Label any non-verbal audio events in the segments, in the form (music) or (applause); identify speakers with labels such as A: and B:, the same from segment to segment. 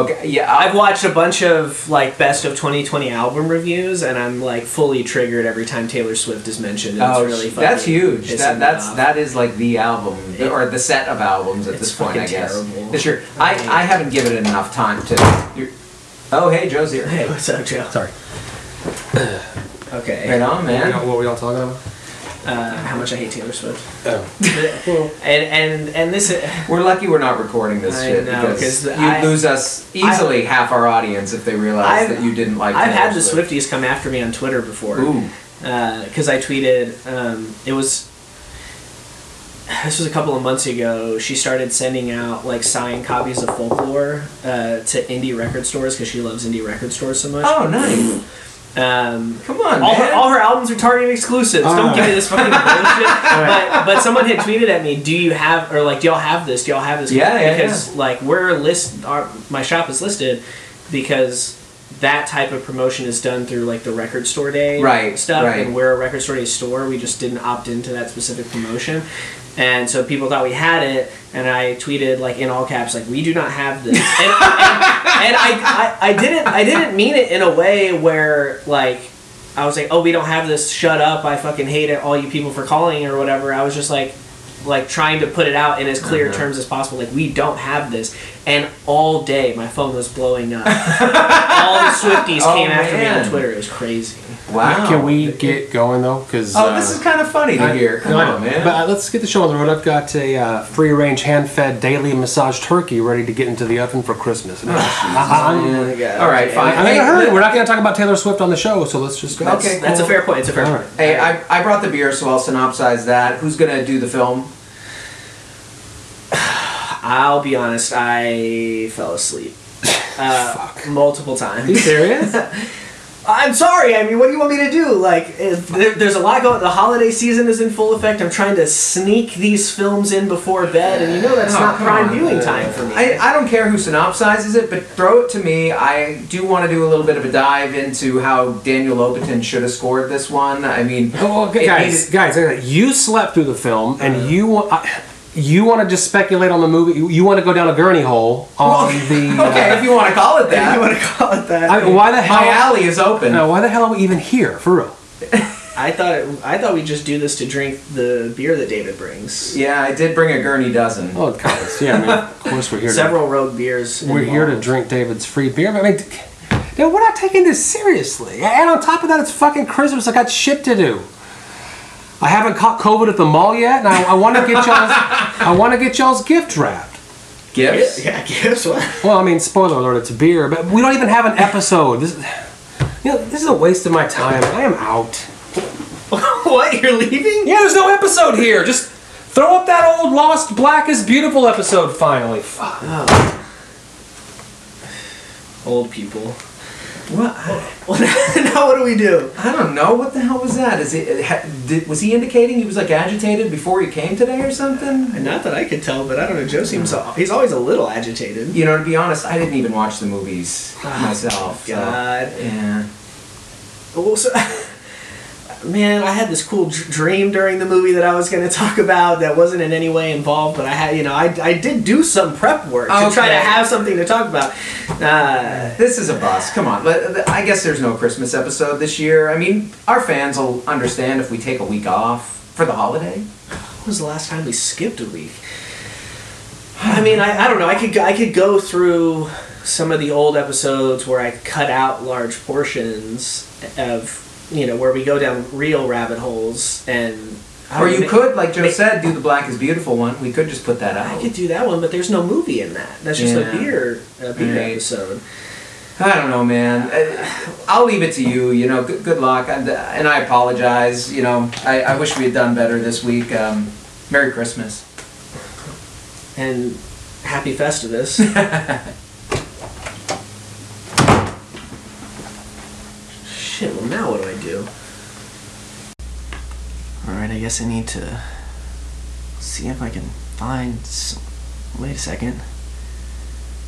A: Okay, yeah, I've watched a bunch of like best of 2020 album reviews, and I'm like fully triggered every time Taylor Swift is mentioned. And
B: Oh,
A: it's really
B: sh- that's
A: fucking
B: huge.
A: pissing
B: That
A: me
B: that's
A: off.
B: that is like the album
A: It-
B: or the set of albums at
A: it's
B: this point. I
A: fucking
B: guess
A: terrible.
B: this year, I
A: Right.
B: I haven't given it enough time to. You're, oh, hey, Joe's here.
A: (laughs) Hey, what's up, Joe?
C: Sorry.
B: Right
A: Okay,
B: on,
C: You
B: man.
C: know, what were y'all talking about?
A: uh, how much I hate
B: (laughs)
A: Taylor Swift,
C: Oh.
A: and and and this.
B: We're lucky we're not recording this
A: I
B: shit
A: know,
B: because
A: 'cause
B: you'd
A: I-
B: lose us easily half our audience if they realize
A: I've-
B: that you didn't like.
A: I've had
B: Taylor
A: the Swifties come after me on Twitter before.
B: Ooh,
A: because Uh, I tweeted um, it was this was a couple of months ago. She started sending out like signed copies of folklore uh, to indie record stores because she loves indie record stores so much.
B: oh, nice.
A: Um,
B: Come on,
A: all, her,
B: man.
A: all her albums are Target exclusives. Don't
C: Ah.
A: give me this fucking
B: (laughs)
A: bullshit. but, but someone had tweeted at me, "Do you have or like, do y'all have this? Do y'all have this?"
B: Yeah, yeah,
A: because like we're list, our, my shop is listed because that type of promotion is done through like the record store day
B: Right,
A: stuff,
B: right.
A: and we're a record store day store. We just didn't opt into that specific promotion. And so people thought we had it, and I tweeted like in all caps, like we do not have this. And, and I, I, I didn't I didn't mean it in a way where like I was like, oh, we don't have this. Shut up! I fucking hate it. All you people for calling or whatever. I was just like, like trying to put it out in as clear
B: Uh-huh.
A: terms as possible. Like we don't have this. And all day my phone was
B: (laughs)
A: blowing up. all the Swifties
B: Oh,
A: came after me
B: man.
A: on Twitter. It was crazy.
B: wow.
C: Can we get going though? uh, Because
B: Oh, this
A: uh,
B: is kind of funny to hear. Come on, man.
C: But uh, let's get the show on the road. I've got a uh, free-range, hand-fed, daily massage turkey ready to get into the oven for
B: (laughs)
C: Christmas. And
A: Oh
C: I,
B: Uh-huh. All right, fine.
C: I, I
B: Hey,
C: heard
B: let-
C: we're not going to talk about Taylor Swift on the show, so let's just go.
B: That's-
C: Let's-
A: That's a fair point. It's a fair
C: All
A: point.
B: Hey,
C: right.
B: I, I brought the beer, so I'll synopsize that. Who's gonna do the film?
A: I'll be honest. I
B: (laughs)
A: fell asleep. Uh, multiple times.
C: Are you serious?
B: Oh,
A: I'm sorry. I mean, what do you want me to do? Like, if there, there's a lot going. The holiday season is in full effect. I'm trying to sneak these films in before bed, and you know that's
B: Oh,
A: not
B: come
A: prime
B: on.
A: viewing time for me.
B: I,
A: (laughs)
B: I don't care who synopsizes it, but throw it to me. I do want to do a little bit of a dive into how Daniel Lopatin should have scored this one. I mean,
C: Oh, okay,
B: it Uh.
C: guys,
B: needed-
C: guys, guys, you slept through the film, and you want I- you want to just speculate on the movie. You, you want to go down a gurney hole on the.
B: (laughs) (laughs)
C: uh,
B: okay, if you want to call it
A: (laughs)
B: that.
A: to call it that?
C: I mean, why
B: (laughs)
C: the
B: My
C: hell?
B: alley is open.
C: No, why the hell are we even here for real?
A: I thought it, I thought we just do this to drink the beer that David brings.
B: Yeah, I did bring a Gurney dozen.
C: Oh, guys, yeah, I mean,
A: (laughs)
C: of course we're here.
A: Several road beers.
C: To, we're here to
A: involved.
C: drink David's free beer. But I mean, dude, we're not taking this seriously. And on top of that, it's fucking Christmas. I got shit to do. I haven't caught COVID at the mall yet, and I, I want to
A: (laughs)
C: get y'all's. I want to get y'all's gift wrapped.
B: Gifts?
A: (laughs) Yeah, guess what?
C: Well, I mean, spoiler alert, it's beer, but we don't even have an episode. This, you know, this is a waste of my time. I am out.
A: what? You're leaving?
C: Yeah, there's no episode here. Just throw up that old Lost Black is Beautiful episode finally. Fuck.
A: Oh. Old people. (laughs)
B: What? I,
A: now what do we do?
B: I don't know. What the hell was that? Is it? it ha- did, was he indicating he was like agitated before he came today or something?
A: Not that I could tell, but I don't know. Joe seems he's always a little agitated.
B: You know, to be honest, I didn't even watch the movies myself. so,
A: God.
B: yeah.
A: Well, so, (laughs) man, I had this cool dr- dream during the movie that I was going to (laughs) talk about that wasn't in any way involved, but I had, you know, I, I did do some prep work to try to
B: Okay.
A: have something to talk about. Uh,
B: This is a bust. Come on. But I guess there's no Christmas episode this year. I mean, our fans will understand if we take a week off for the holiday.
A: when was the last time we skipped a week? I mean, I, I don't know. I could go- I could go through some of the old episodes where I cut out large portions of you know where we go down real rabbit holes and. I
B: Or
A: don't
B: you
A: know,
B: could, like Joe
A: ma-
B: said, do the Black is Beautiful one. We could just put that out.
A: I could do that one, but there's no movie in that. That's just
B: Yeah.
A: a beer, a beer
B: Right.
A: episode.
B: I don't know,
A: (sighs)
B: man. Uh, I'll leave it to you. You know, good, good luck. And, uh, and I apologize. You know, I, I wish we had done better this week. Um, Merry Christmas. (laughs)
A: And happy Festivus. Shit. Well, now what do I do? All right. I guess I need to see if I can find. Some... Wait a second.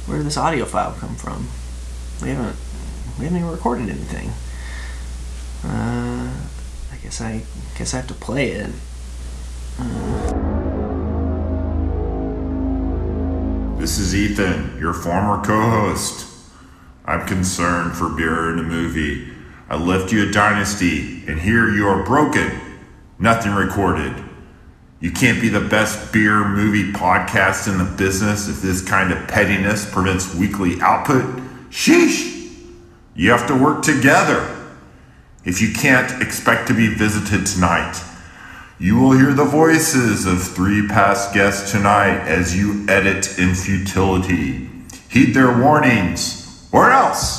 A: Where did this audio file come from? We haven't. We haven't even recorded anything. Uh, I guess I guess I have to play it.
D: This is Ethan, your former co host. I'm concerned for Beer in a Movie. I left you a dynasty, and here you are broken. Nothing recorded. You can't be the best beer movie podcast in the business if this kind of pettiness prevents weekly output. Sheesh! You have to work together. If you can't expect to be visited tonight, you will hear the voices of three past guests tonight as you edit in futility. Heed their warnings, or else.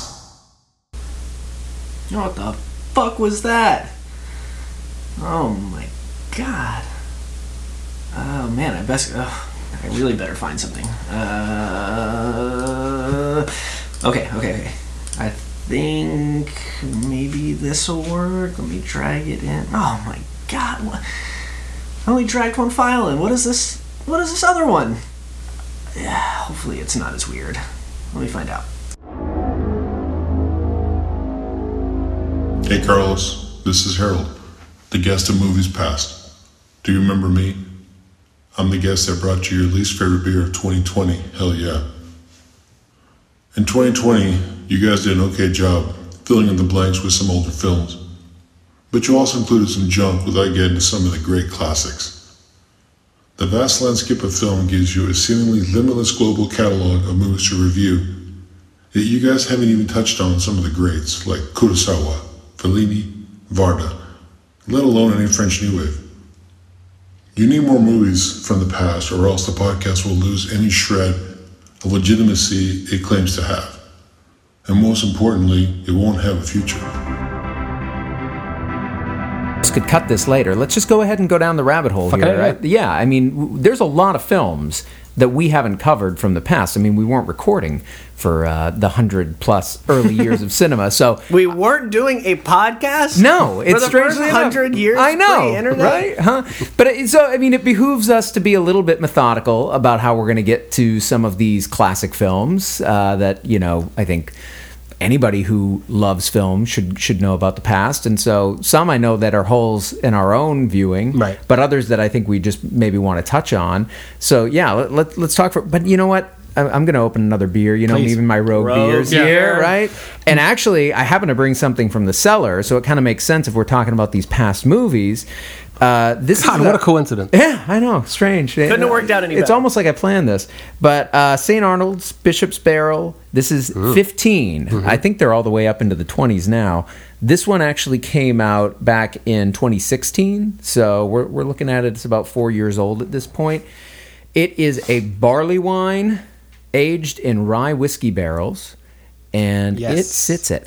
A: What the fuck was that? Oh my god. Oh man, I best. Oh, I really better find something. Uh, okay, okay, okay. I think maybe this will work. Let me drag it in. Oh my god, what? I only dragged one file in. What is this? What is this other one? Yeah, hopefully it's not as weird. Let me find out.
E: Hey, Carlos. This is Harold, the guest of Movies Past. Do you remember me? I'm the guest that brought you your least favorite beer of 2020. Hell yeah. In 2020, you guys did an okay job filling in the blanks with some older films. But you also included some junk without getting to some of the great classics. The vast landscape of film gives you a seemingly limitless global catalog of movies to review Yet you guys haven't even touched on some of the greats like Kurosawa, Fellini, Varda, let alone any French New Wave. You need more movies from the past, or else the podcast will lose any shred of legitimacy it claims to have. And most importantly, it won't have a future.
B: Just could cut this later. Let's just go ahead and go down the rabbit hole
F: Fucking
B: here.
F: A,
B: right? Yeah, I mean, w- there's a lot of films that we haven't covered from the past. I mean, we weren't recording for uh, the hundred plus early years of cinema, so
A: We weren't doing a podcast.
B: No, it's
A: for the
B: strangely
A: first
B: enough-
A: hundred years.
B: I know,
A: pre-internet?
B: right? Huh? But it, so I mean, it behooves us to be a little bit methodical about how we're going to get to some of these classic films uh, that you know. I think anybody who loves film should should know about the past, and so some I know that are holes in our own viewing,
F: Right.
B: But others that I think we just maybe want to touch on. So yeah, let, let, let's talk for. But you know what? I- I'm going to open another beer. You know,
F: Please.
B: me and my rogue,
A: Rogue
B: beers
A: beer.
B: here, right? And actually, I happen to bring something from the cellar, so it kind of makes sense if we're talking about these past movies. Uh, this
F: God,
B: is
F: what a coincidence.
B: yeah, I know. Strange. Couldn't
A: have worked out any
B: It's
A: better.
B: almost like I planned this. But uh, St. Arnold's, Bishop's Barrel, this is 15.
F: Mm-hmm.
B: I think they're all the way up into the 20s now. This one actually came out back in 2016. So we're, we're looking at it. It's about four years old at this point. It is a barley wine aged in rye whiskey barrels. And it
F: Yes.
B: sits at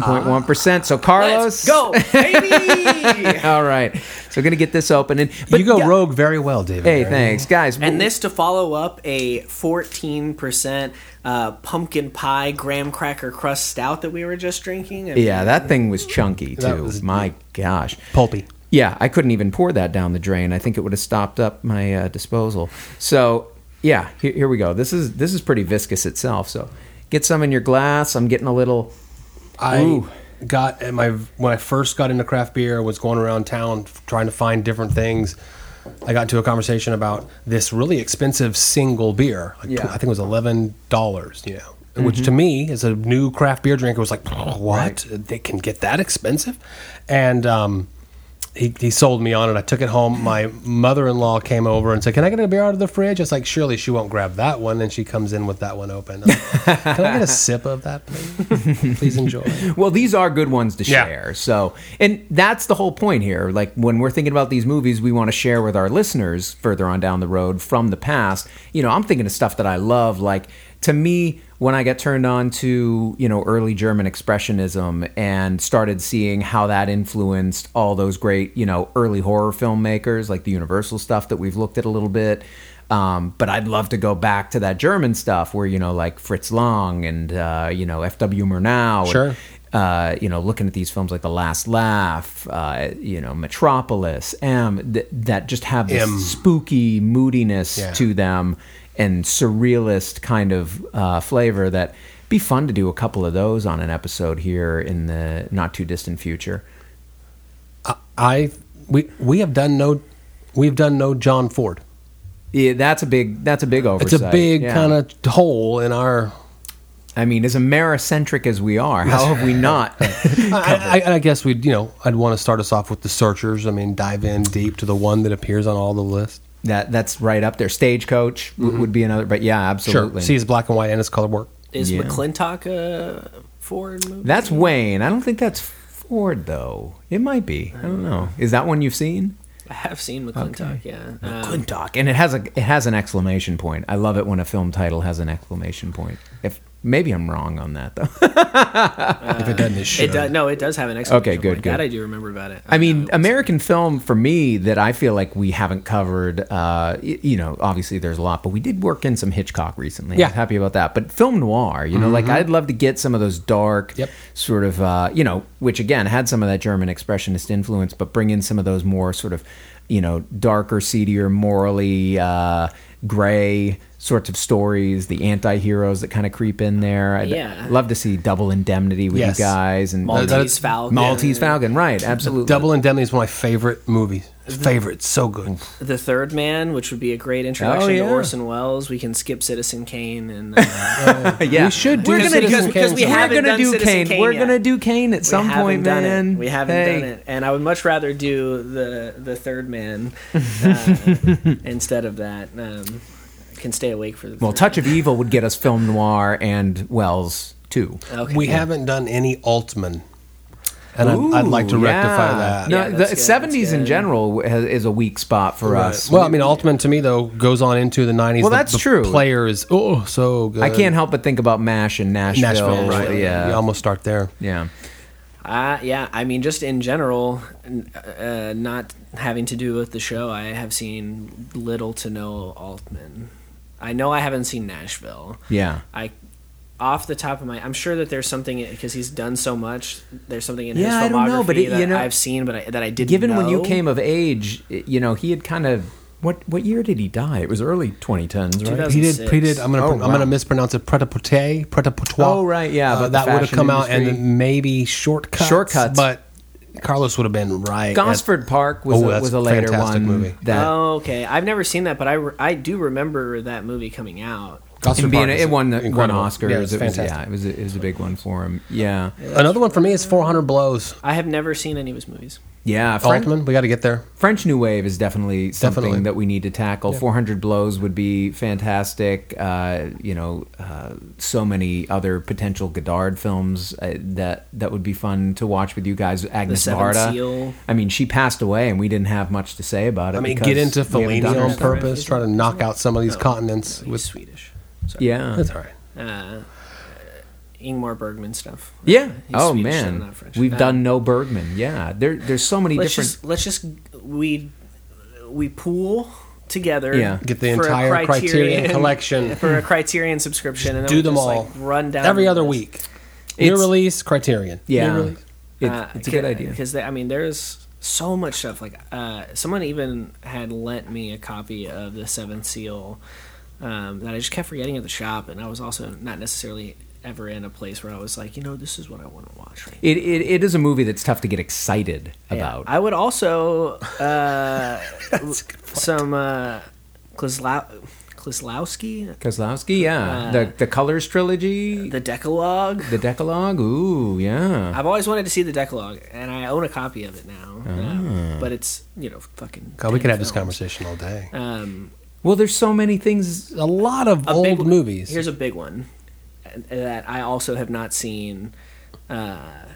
B: 13.1%. so, Carlos.
A: Ah, Let's go, baby.
B: (laughs) All right. So, going to get this open. And,
F: you go
B: yeah.
F: rogue very well, David.
B: Hey,
F: Barry.
B: thanks, guys.
A: and this to follow up a 14% uh, pumpkin pie graham cracker crust stout that we were just drinking. I mean,
B: yeah, that thing was chunky
F: That
B: too.
F: was-
B: My gosh.
F: Pulpy.
B: Yeah, I couldn't even pour that down the drain. I think it would have stopped up my uh, disposal. So yeah, here, here we go. This is this is pretty viscous itself. So get some in your glass. I'm getting a little.
F: I
B: Ooh.
F: got at my when I first got into craft beer, was going around town f- trying to find different things. I got into a conversation about this really expensive single beer. Like tw- I think it was eleven dollars. You know, which to me as a new craft beer drinker was like, "Oh, what? They can get that expensive? And um, he, he sold me on it. I took it home. My mother in law came over and said, Can I get a beer out of the fridge? It's like, Surely she won't grab that one. And she comes in with that one open. I'm like, Can I get a sip of that, please? (laughs) Please enjoy.
B: Well, these are good ones to
F: Yeah.
B: share. So, and that's the whole point here. Like when we're thinking about these movies, we want to share with our listeners further on down the road from the past. You know, I'm thinking of stuff that I love. Like to me, when I got turned on to you know early German expressionism and started seeing how that influenced all those great you know early horror filmmakers, like the Universal stuff that we've looked at a little bit. Um, but I'd love to go back to that German stuff where, you know, like Fritz Lang and, uh, you know, F.W. Murnau. and-
F: Sure.
B: uh, you know, looking at these films like The Last Laugh, uh, you know, Metropolis, M, th- that just have this
F: M.
B: spooky moodiness
F: Yeah.
B: to them and surrealist kind of uh, flavor that be fun to do a couple of those on an episode here in the not too distant future.
F: I we we have done no we've done no John Ford.
B: yeah, that's a big that's a big oversight.
F: It's a big
B: Yeah.
F: kind of hole in our.
B: I mean, as Americentric as we are, how
F: (laughs)
B: have we not?
F: I, I, I guess we'd you know I'd want to start us off with the searchers. I mean, dive in deep to the one that appears on all the lists.
B: that that's right up there. Stagecoach w- would be another, but yeah, absolutely.
F: Mm-hmm. Sure, sees black and white and his color work.
A: Is
B: Yeah.
A: McClintock a Ford movie?
B: that's Wayne. I don't think that's Ford though. It might be. I don't know. Is that one you've seen?
A: I have seen McClintock. Yeah. Um,
B: Clintock, and it has a it has an exclamation point. I love it when a film title has an exclamation point. If maybe I'm wrong on that though.
F: if it doesn't, it should.
A: it does. No, it does have an exclamation
B: uh, Okay, good,
A: point. That
B: good.
A: I do remember about it.
B: I mean, American film for me that I feel like we haven't covered. Uh, y- you know, obviously there's a lot, but we did work in some Hitchcock recently.
F: Yeah.
B: I'm happy about that. But film noir, you know, like
A: Mm-hmm.
B: I'd love to get some of those dark,
F: Yep.
B: sort of, uh, you know, which again had some of that German expressionist influence, but bring in some of those more sort of, you know, darker, seedier, morally uh, gray sorts of stories. The anti-heroes that kind of creep in there. I'd
A: Yeah.
B: love to see Double Indemnity with
F: Yes.
B: you guys and
A: Maltese
F: that's-
A: Falcon.
B: Maltese Falcon, right? Absolutely.
F: Double Indemnity is one of my favorite movies. Favorite, so good.
A: The Third Man, which would be a great introduction
B: Oh, yeah.
A: to Orson Welles. We can skip Citizen Kane and uh,
B: Yeah,
F: We should do
B: We're gonna
F: Citizen
B: do
F: Kane
B: because we
F: sometime.
B: haven't
A: We're
B: gonna
A: gonna
B: do
A: do Citizen
B: Kane.
A: Kane
B: We're
A: yet.
B: gonna do Kane at some
A: we haven't
B: point,
A: done
B: man.
A: It. We haven't
B: Hey.
A: done it, and I would much rather do the the
B: (laughs)
A: Third Man uh, instead of that. Um, I can stay awake for the
B: Well,
A: Third
B: Touch of Evil would get us film noir and Wells too.
A: Man. Okay.
F: We haven't done any Altman, and I'd, I'd like to
B: Ooh,
F: rectify
B: yeah.
F: that.
B: No,
A: Yeah, that's
B: the
A: good, that's
B: seventies in
A: good.
B: general has, is a weak spot for
F: Right.
B: us.
F: Well, I mean, Altman to me though goes on into the '90s.
B: Well,
F: The-
B: that's
F: the
B: true.
F: Player is oh so good.
B: I can't help but think about Mash and Nashville.
F: Nashville, right?
B: Yeah,
F: you almost start there.
B: yeah.
A: Uh, yeah, I mean, just in general, n- uh, not having to do with the show, I have seen little to no Altman. I know I haven't seen Nashville.
B: Yeah.
A: I, off the top of my, I'm sure that there's something because he's done so much. There's something in
B: Yeah, I
A: his filmography
B: don't know, but it-
A: that
B: you know-
A: I've seen, but I, that I didn't.
B: Given when you
A: know.
B: came of age, i- you know he had kind of what what year did he die? It was early 2010s, right?
A: 2000.
F: He did. He did.
A: 2006.
F: I'm gonna.
B: Oh,
F: I'm gonna
B: wow.
F: mispronounce it. Pret a poter. Pret a potois.
B: Oh, right, yeah,
F: Uh,
B: about the
F: that would have
B: fashion
F: come out
B: industry.
F: and maybe shortcuts.
B: Shortcuts.
F: But Carlos would have been right. at-
B: Gosford Park was
F: Oh,
B: a,
F: that's
B: was a later
F: fantastic
B: one
F: movie.
B: that
A: Oh, okay. I've never seen that, but I, re- I do remember that movie coming out.
F: Gosford
B: and being
F: Park is
B: it won the, won
F: incredible.
B: Oscars.
F: Yeah,
B: it
F: it's
B: was,
F: fantastic.
B: yeah, it was a, it was a big one for him. Yeah,
F: Another one for me is 400 blows.
A: I have never seen any of his movies.
B: yeah. French,
F: Altman, we got to get there.
B: French New Wave is definitely something
F: Definitely.
B: that we need to tackle. Four Hundred Blows would be fantastic. Uh, you know, uh, so many other potential Godard films uh, that that would be fun to watch with you guys. Agnes
A: Seventh
B: Varda.
A: Seal.
B: I mean, she passed away, and we didn't have much to say about it.
F: I mean,
B: because
F: get into
B: we haven't
F: Fellini
B: done
F: on
B: anything.
F: purpose, try to knock out some of these continents.
A: He's
F: With,
A: Swedish.
B: Yeah,
F: that's all right.
A: Uh, Ingmar Bergman stuff.
B: yeah.
A: He's
B: oh
A: Swedish,
B: man,
A: not French.
B: we've
A: Uh,
B: done no Bergman. Yeah, there, there's so many
A: let's
B: different.
A: just let's just we we pool together.
B: Yeah.
F: Get the
A: for a
F: entire Criterion collection.
A: for a Criterion subscription, and then
F: Do
A: we
F: them
A: just,
F: all.
A: Like, run down
F: Every
A: the
F: other
A: list.
F: week. New
B: It's-
F: release, Criterion. New
B: Yeah,
F: release.
B: It-
A: Uh,
B: it's a good idea.
A: because I mean there's so much stuff. Like uh, someone even had lent me a copy of the Seventh Seal um, that I just kept forgetting at the shop, and I was also not necessarily ever in a place where I was like, you know, this is what I want to watch. Right
B: It, it, it is a movie that's tough to get excited
A: Yeah.
B: about.
A: I would also uh, some uh, Klislau- Klislowski,
B: Kozlowski, yeah.
A: Uh,
B: the the Colors trilogy, the,
A: the Decalogue.
B: Decalogue, ooh, yeah.
A: I've always wanted to see the Decalogue, and I own a copy of it now. Um, but it's you know fucking.
F: God, we
A: 10
F: could have this
A: films.
F: conversation all day.
B: Uh,
A: Um,
B: Well, there's so many things.
A: Oh,
F: A lot of
A: a
F: old
A: big-
F: movies.
A: Here's a big one uh, that I also have not seen uh,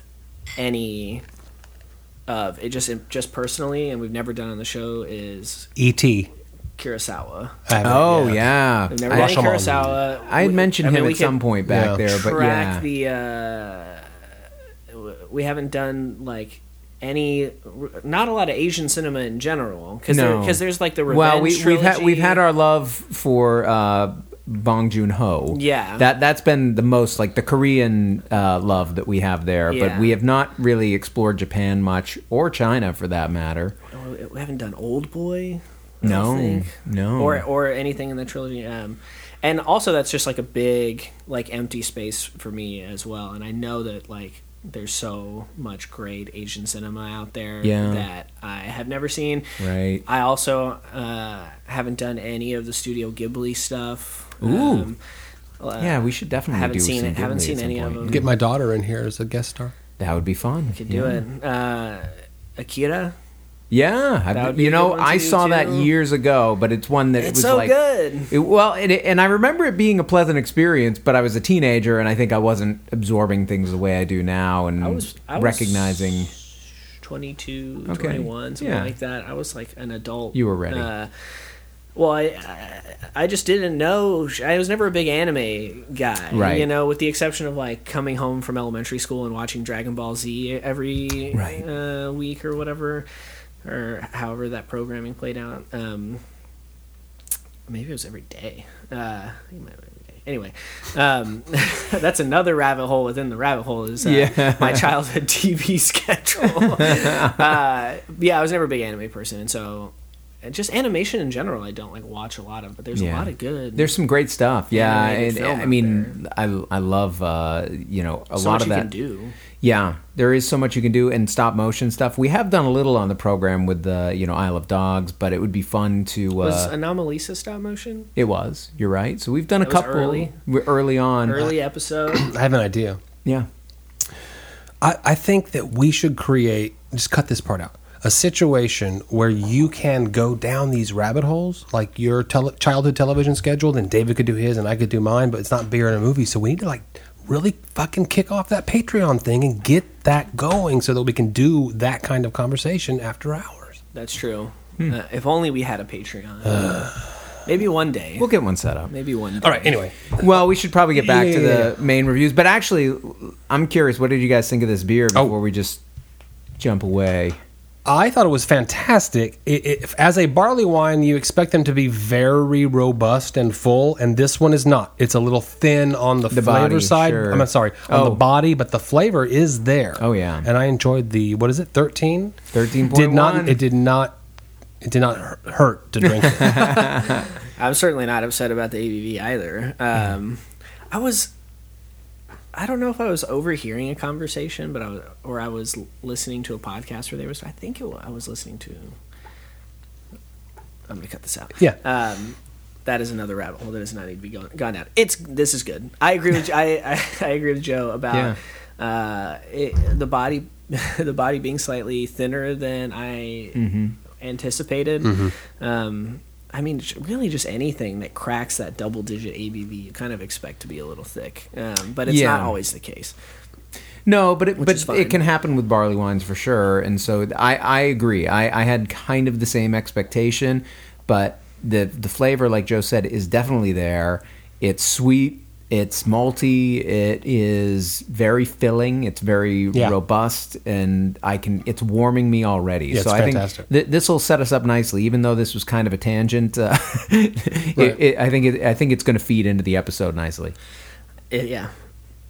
A: any of. It just just personally, and we've never done on the show is
F: E.T.
A: Kurosawa.
F: E I haven't-
B: Oh, yeah.
A: We've never
B: I,
A: done
F: Rush
A: any
F: 'em all.
A: Kurosawa.
B: I had
A: We-
B: mentioned
A: I mean,
B: him
A: we
B: at some
A: could-
B: point back
F: yeah.
B: there, but yeah.
A: track the. Uh, w- we haven't done like any, not a lot of Asian cinema in general because
B: No.
A: there's like the revenge
B: well, we, we've had we've had
A: trilogy.
B: our love for uh, Bong Joon Ho.
A: Yeah.
B: that that's been the most like the Korean uh, love that we have there.
A: Yeah.
B: But we have not really explored Japan much or China for that matter.
A: Oh, we haven't done Old Boy. I don't
B: No,
A: think.
B: no.
A: or or anything in the trilogy. Um, and also that's just like a big like empty space for me as well. And I know that like there's so much great Asian cinema out there
G: Yeah.
A: that I have never seen.
G: Right.
A: I also uh, haven't done any of the Studio Ghibli stuff.
G: Ooh.
A: uh,
G: yeah, we should definitely
A: haven't
G: do
A: seen
G: some
A: it- haven't
G: Ghibli at
A: seen
G: some
A: any of
G: point.
A: them.
F: Get my daughter in here as a guest star.
G: That would be fun. We
A: could do it. Uh, Akira,
G: Yeah,
A: That would
G: I've,
A: be
G: you
A: a
G: know,
A: good one to
G: I
A: do,
G: saw that
A: too.
G: years ago, but it's one that it
A: it's
G: was
A: so
G: like,
A: good.
G: It, well, and, it, and I remember it being a pleasant experience, but I was a teenager, and I think I wasn't absorbing things the way I do now, and
A: I was I was
G: recognizing.
A: 22,
G: Okay.
A: 21, something
G: Yeah.
A: like that. I was like an adult.
G: You were ready.
A: Uh, well, I, I I just didn't know. I was never a big anime guy,
G: Right.
A: You know, with the exception of like coming home from elementary school and watching Dragon Ball Z every
G: Right.
A: uh, week or whatever, or however that programming played out. Um, maybe it was every day. Uh, it might have been every day. Anyway, um, (laughs) that's another rabbit hole within the rabbit hole is uh,
G: Yeah.
A: my childhood (laughs) TV
G: (laughs)
A: schedule. uh, yeah, I was never a big anime person, and so and just animation in general, I don't like watch a lot of. But there's
G: Yeah.
A: a lot of good.
G: There's some great stuff, yeah.
A: Animated
G: And,
A: film
G: I
A: out
G: mean, I, I love uh, you know a
A: so
G: lot
A: much
G: of
A: you
G: that.
A: can do.
G: Yeah, there is so much you can do in stop motion stuff. We have done a little on the program with the you know Isle of Dogs, but it would be fun to. Uh,
A: Was Anomalisa stop motion
G: (clears throat) it was. You're right. So we've done a
A: That was
G: couple
A: early.
G: we're early on.
A: early episode?
F: I have an idea.
G: Yeah.
F: I, I think that we should create, just cut this part out, a situation where you can go down these rabbit holes, like your tele- childhood television schedule, then David could do his and I could do mine, but it's not beer and a movie. So we need to like really fucking kick off that Patreon thing and get that going so that we can do that kind of conversation after hours.
A: That's true.
G: Hmm.
A: Uh, if only we had a Patreon.
G: (sighs)
A: Maybe one day.
G: We'll get one set up.
A: Maybe one. Day.
F: All right, anyway.
G: Well, we should probably get back
F: Yeah,
G: to
F: yeah,
G: the main reviews. But actually, I'm curious. What did you guys think of this beer before we just jump away?
F: I thought it was fantastic. It, it, as a barley wine, you expect them to be very robust and full, and this one is not. It's a little thin on the,
G: The
F: flavor
G: body,
F: side.
G: sure.
F: I'm sorry, on
G: Oh.
F: the body, but the flavor is there.
G: Oh, yeah.
F: and I enjoyed the what is it? Thirteen.
G: 13.1.
F: Did not it did not it did not hurt- hurt to drink.
G: (laughs)
F: it.
A: I'm certainly not upset about the ABV either. Um, I was, I don't know if I was overhearing a conversation, but I was, or I was l- listening to a podcast where they was. I think it, wa- I was listening to. I'm gonna cut this out.
F: Yeah.
A: Um, that is another rabbit hole that does not need to be gone, gone down. It's this is good. I agree with I, I, I (laughs) agree with Joe about uh, it, the body (laughs) the body being slightly thinner than I anticipated. Um, I mean, j- really, just anything that cracks that double digit ABV, you kind of expect to be a little thick, um, but it's not
G: Yeah.
A: always the case.
G: No, but it,
A: Which is
G: but
A: fine.
G: it can happen with barley wines for sure. And so I, I agree. I, I had kind of the same expectation, but the the flavor, like Joe said, is definitely there. It's sweet. It's malty. It is very filling. It's very
F: Yeah.
G: robust, and I can. It's warming me already.
F: Yeah,
G: so
F: it's
G: I
F: fantastic.
G: think th- this will set us up nicely. Even though this was kind of a tangent, (laughs) uh, it, it, I think it, I think it's going to feed into the episode nicely.
A: It- yeah,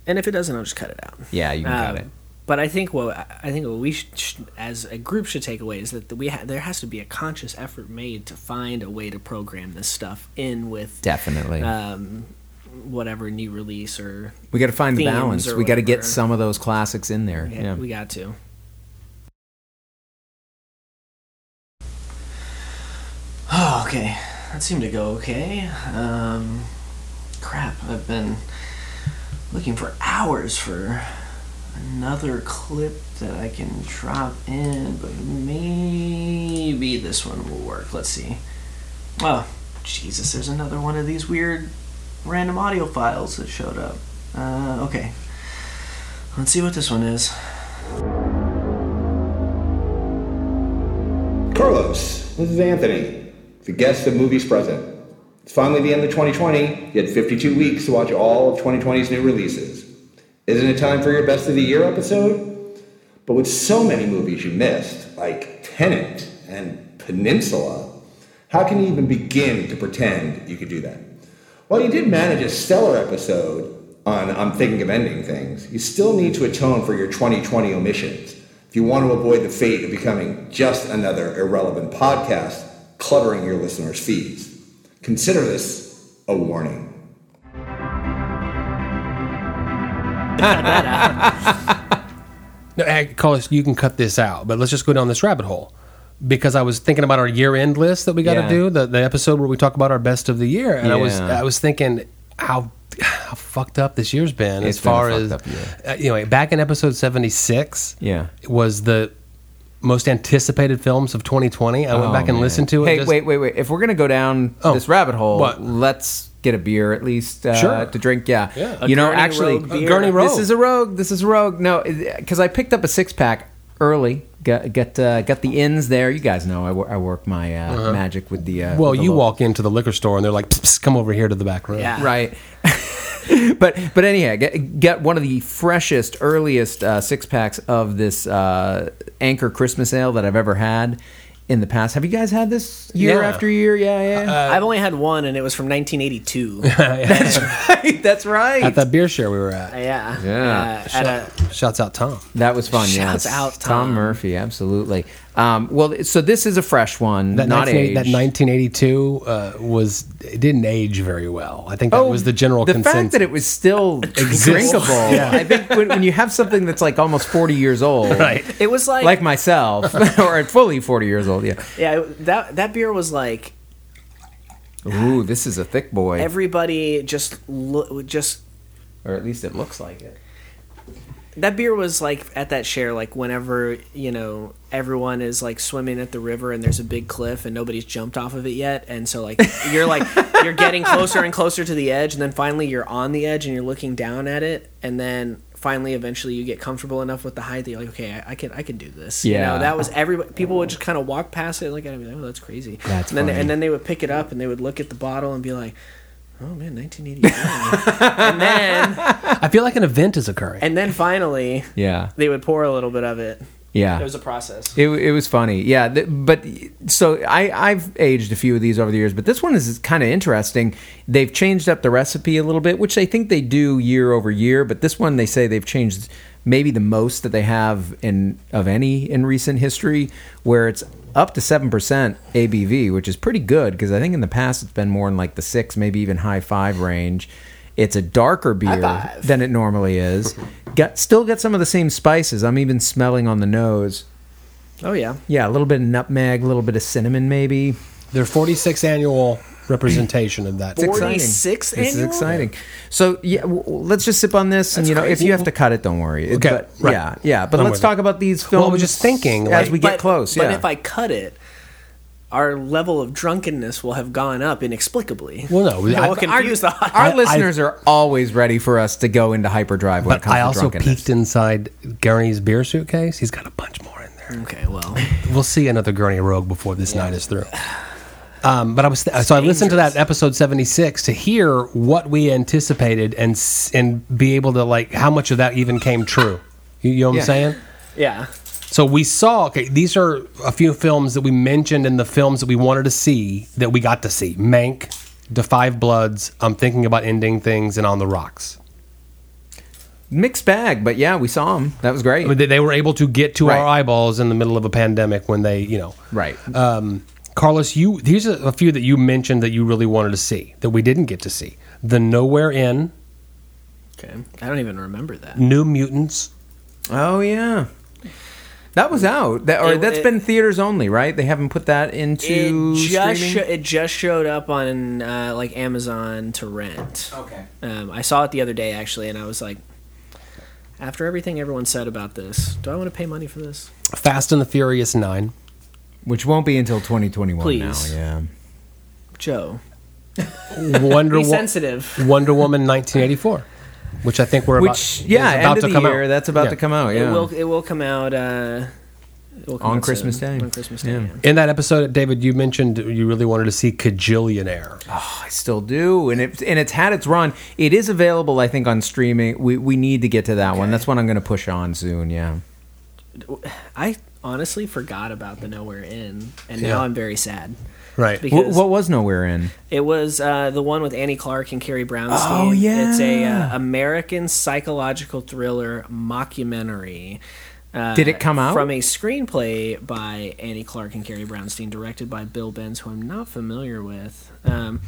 A: and if it doesn't, I'll just cut it out.
G: Yeah, you can cut
A: Um,
G: it.
A: But I think what I think what we should, should- as a group should take away is that we ha- there has to be a conscious effort made to find a way to program this stuff in with
G: Definitely.
A: um, whatever new release or
G: We got to find the
A: themes
G: balance.
A: or
G: We got to get
A: whatever.
G: some of those classics in there.
A: yeah,
G: Yeah.
A: we got to. Oh, okay. That seemed to go okay. Um, crap, I've been looking for hours for another clip that I can drop in, but maybe this one will work. Let's see. Oh, Jesus, there's another one of these weird random audio files that showed up. Uh, okay. Let's see what this one is.
H: Carlos, this is Anthony, the guest of Movies Present. It's finally the end of 2020. You had 52 weeks to watch all of 2020's new releases. Isn't it time for your Best of the Year episode? But with so many movies you missed, like Tenant and Peninsula, how can you even begin to pretend you could do that? While you did manage a stellar episode on I'm Thinking of Ending Things, you still need to atone for your 2020 omissions if you want to avoid the fate of becoming just another irrelevant podcast cluttering your listeners' feeds. Consider this a warning.
F: No, eh, Carlos, you can cut this out, but let's just go down this rabbit hole because I was thinking about our year-end list that we got to
G: Yeah.
F: do the the episode where we talk about our best of the year, and I was
G: Yeah.
F: I was thinking how. How fucked up this year's been
G: It's
F: as
G: been a
F: far
G: fucked
F: as
G: up year.
F: Uh, anyway. Back in episode seventy six,
G: Yeah.
F: was the most anticipated films of twenty twenty. I went
G: Oh,
F: back and
G: man.
F: listened to it.
G: Hey,
F: just-
G: wait, wait, wait. If we're gonna go down
F: Oh.
G: this rabbit hole,
F: What?
G: let's get a beer at least uh,
F: Sure.
G: to drink. Yeah,
F: Yeah.
A: A
G: you know,
A: Gurney
G: actually,
A: Rogue beer.
F: Gurney Rogue.
G: This is a rogue. This is a rogue. No, because I picked up a six pack early. Got got uh, got the ins there. You guys know I, wor- I work my uh, magic with the. Uh,
F: Uh-huh. Well,
G: with the
F: you
G: local-
F: walk into the liquor store and they're like, "Psst, psst, "Come over here to the back room."
A: Yeah.
G: right? (laughs) but but anyhow, get, get one of the freshest, earliest uh, six packs of this uh, Anchor Christmas Ale that I've ever had in the past. Have you guys had this year
F: Yeah.
G: after year? Yeah, yeah.
A: I've only had one, and it was from
G: (laughs)
A: 1982.
G: That's right.
F: At that beer share we were at,
A: yeah.
G: Yeah.
A: Uh, at a,
F: shouts out Tom.
G: that was fun.
A: Shouts
G: yes,
A: out, Tom.
G: Murphy. Absolutely. Um, well, so this is a fresh one,
F: That
G: not
F: 1980
G: aged.
F: that 1982 uh, was it didn't age very well. I think that was the general
G: Oh, the
F: consensus.
G: fact that it
F: (laughs)
G: was still drinkable. I think when, when you have something that's like almost forty years old,
F: (laughs) Right.
A: it was like,
G: like myself, (laughs) or fully forty years old, yeah.
A: yeah, it- that that beer was like
G: Ooh, this is a thick boy.
A: everybody just lo- just
G: or at least it looks like it.
A: that beer was like at that share like whenever you know everyone is like swimming at the river and there's a big cliff and nobody's jumped off of it yet and so like you're
G: (laughs)
A: like you're getting closer and closer to the edge and then finally you're on the edge and you're looking down at it and then finally eventually you get comfortable enough with the height that you're like okay I, I can I can do this you
G: Yeah.
A: know that was every people would just kind of walk past it and look at it and be like oh that's crazy
G: That's
A: and then they-
G: funny.
A: and then they would pick it up and they would look at the bottle and be like oh man 1989 (laughs) and then
F: I feel like an event is occurring.
A: and then finally,
G: Yeah,
A: they would pour a little bit of it.
G: yeah.
A: It was a process.
G: It, it was funny, yeah. th- But so I, I've aged a few of these over the years, but this one is kind of interesting. They've changed up the recipe a little bit, which they think they do year over year. But this one, they say they've changed maybe the most that they have in of any in recent history, where it's up to seven percent ABV, which is pretty good because I think in the past it's been more in like the six, maybe even high five range. It's a darker beer than it normally is. Got still got some of the same spices. I'm even smelling on the nose.
A: Oh yeah,
G: Yeah, a little bit of nutmeg, a little bit of cinnamon, maybe.
F: Their 46th annual representation of that.
G: It's exciting.
A: 46th
G: This is
A: annual?
G: exciting. So yeah, w- w- let's just sip on this, and you know, if you have to cut it, don't worry. It-
F: Okay,
G: but,
F: right.
G: yeah, yeah. But
F: I'm
G: let's
F: with
G: talk
F: you.
G: about these films.
F: Well, I was just thinking,
G: as
F: like-
G: we get close. Yeah,
A: But if I cut it, our level of drunkenness will have gone up inexplicably.
F: Well, no,
A: it
F: I-
A: will confuse the
G: our
F: I-
G: listeners are always ready for us to go into hyperdrive when it
F: but
G: comes
F: I
G: to
F: also
G: drunkenness.
F: peeked inside Gurney's beer suitcase. He's got a bunch more in there.
A: Okay, well,
F: We'll see another Gurney Rogue before this night is through. Um, but I was so I listened to that episode seventy six to hear what we anticipated and s- and be able to like how much of that even came true. You, you know what
G: Yeah.
F: I'm saying?
A: (laughs) yeah.
F: So we saw. Okay, these are a few films that we mentioned in the films that we wanted to see that we got to see: Mank, The Five Bloods, I'm Thinking About Ending Things, and On the Rocks.
G: Mixed bag, but yeah, we saw them. That was great.
F: I mean, they, they were able to get to our
G: Right.
F: eyeballs in the middle of a pandemic when they, you know,
G: Right.
F: Um, Carlos, you here's a, a few that you mentioned that you really wanted to see that we didn't get to see: The Nowhere Inn,
A: Okay, I don't even remember that.
F: New Mutants.
G: oh yeah. That was out, that, or
A: It-
G: that's
A: it-
G: been theaters only, right? They haven't put that into
A: It just
G: streaming?
A: sho- it just showed up on uh, like Amazon to rent.
G: okay.
A: Um, I saw it the other day actually, and I was like, after everything everyone said about this, do I want to pay money for this?
F: Fast and the Furious
G: (laughs)
F: Nine.
G: Which won't be until 2021
A: Please.
G: now. Yeah.
A: Joe,
F: Wonder
A: be
F: Wo-
A: sensitive.
F: Wonder Woman 1984, which I think we're about,
G: Which yeah,
F: is
G: end of the year. That's about
F: Yeah.
G: to come out. Yeah.
A: It will. It will come out. Uh, it will come
G: On
A: out
G: Christmas
A: soon.
G: Day.
A: On Christmas Day.
G: Yeah.
A: Yeah.
F: In that episode, David, you mentioned you really wanted to see Cajillionaire.
G: I still do, and it and it's had its run. It is available, I think, on streaming. We we need to get to that one. That's one I'm going to push on soon. Yeah.
A: I honestly forgot about the Nowhere Inn, and
F: Yeah.
A: now I'm very sad.
F: Right.
G: What,
A: Because
G: what was nowhere in?
A: it was uh, the one with Annie Clark and Carrie Brownstein.
G: Oh, yeah.
A: It's a uh, American psychological thriller mockumentary. Uh,
G: Did it come out?
A: from a screenplay by Annie Clark and Carrie Brownstein, directed by Bill Benz, who I'm not familiar with. Um,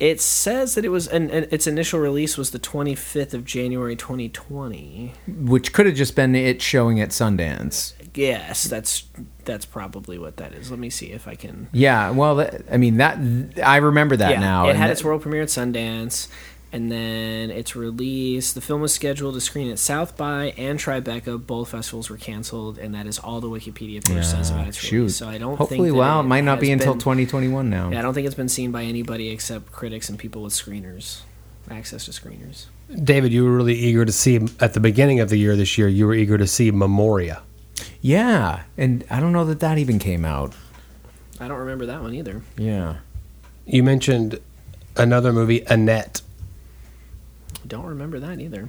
A: It says that it was an, an its initial release was the 25th of January 2020.
G: which could have just been it showing at Sundance.
A: Yes, that's that's probably what that is. Let me see if I can.
G: Yeah, well, that, I mean that I remember that
A: yeah,
G: now.
A: it
G: and
A: had
G: that-
A: its world premiere at Sundance, and then its release. The film was scheduled to screen at South by and Tribeca. Both festivals were canceled, and that is all the Wikipedia page says about its
G: shoot.
A: release. So I don't
G: Hopefully,
A: Think that
G: wow, it might not
A: has
G: be until
A: been-
G: 2021 now.
A: Yeah, I don't think it's been seen by anybody except critics and people with screeners, access to screeners.
F: David, you were really eager to see at the beginning of the year this year. You were eager to see Memoria.
G: yeah, and I don't know that that even came out.
A: I don't remember that one either.
G: Yeah.
F: You mentioned another movie, Annette.
A: Don't remember that either.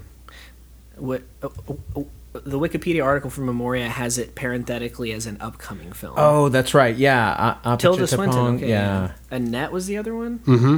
A: What oh, oh, oh, the Wikipedia article for Memoria has it parenthetically as an upcoming film.
G: Oh, that's right. Yeah, uh,
A: Tilda Swinton. Okay,
G: yeah.
A: Annette was the other one. Mm-hmm.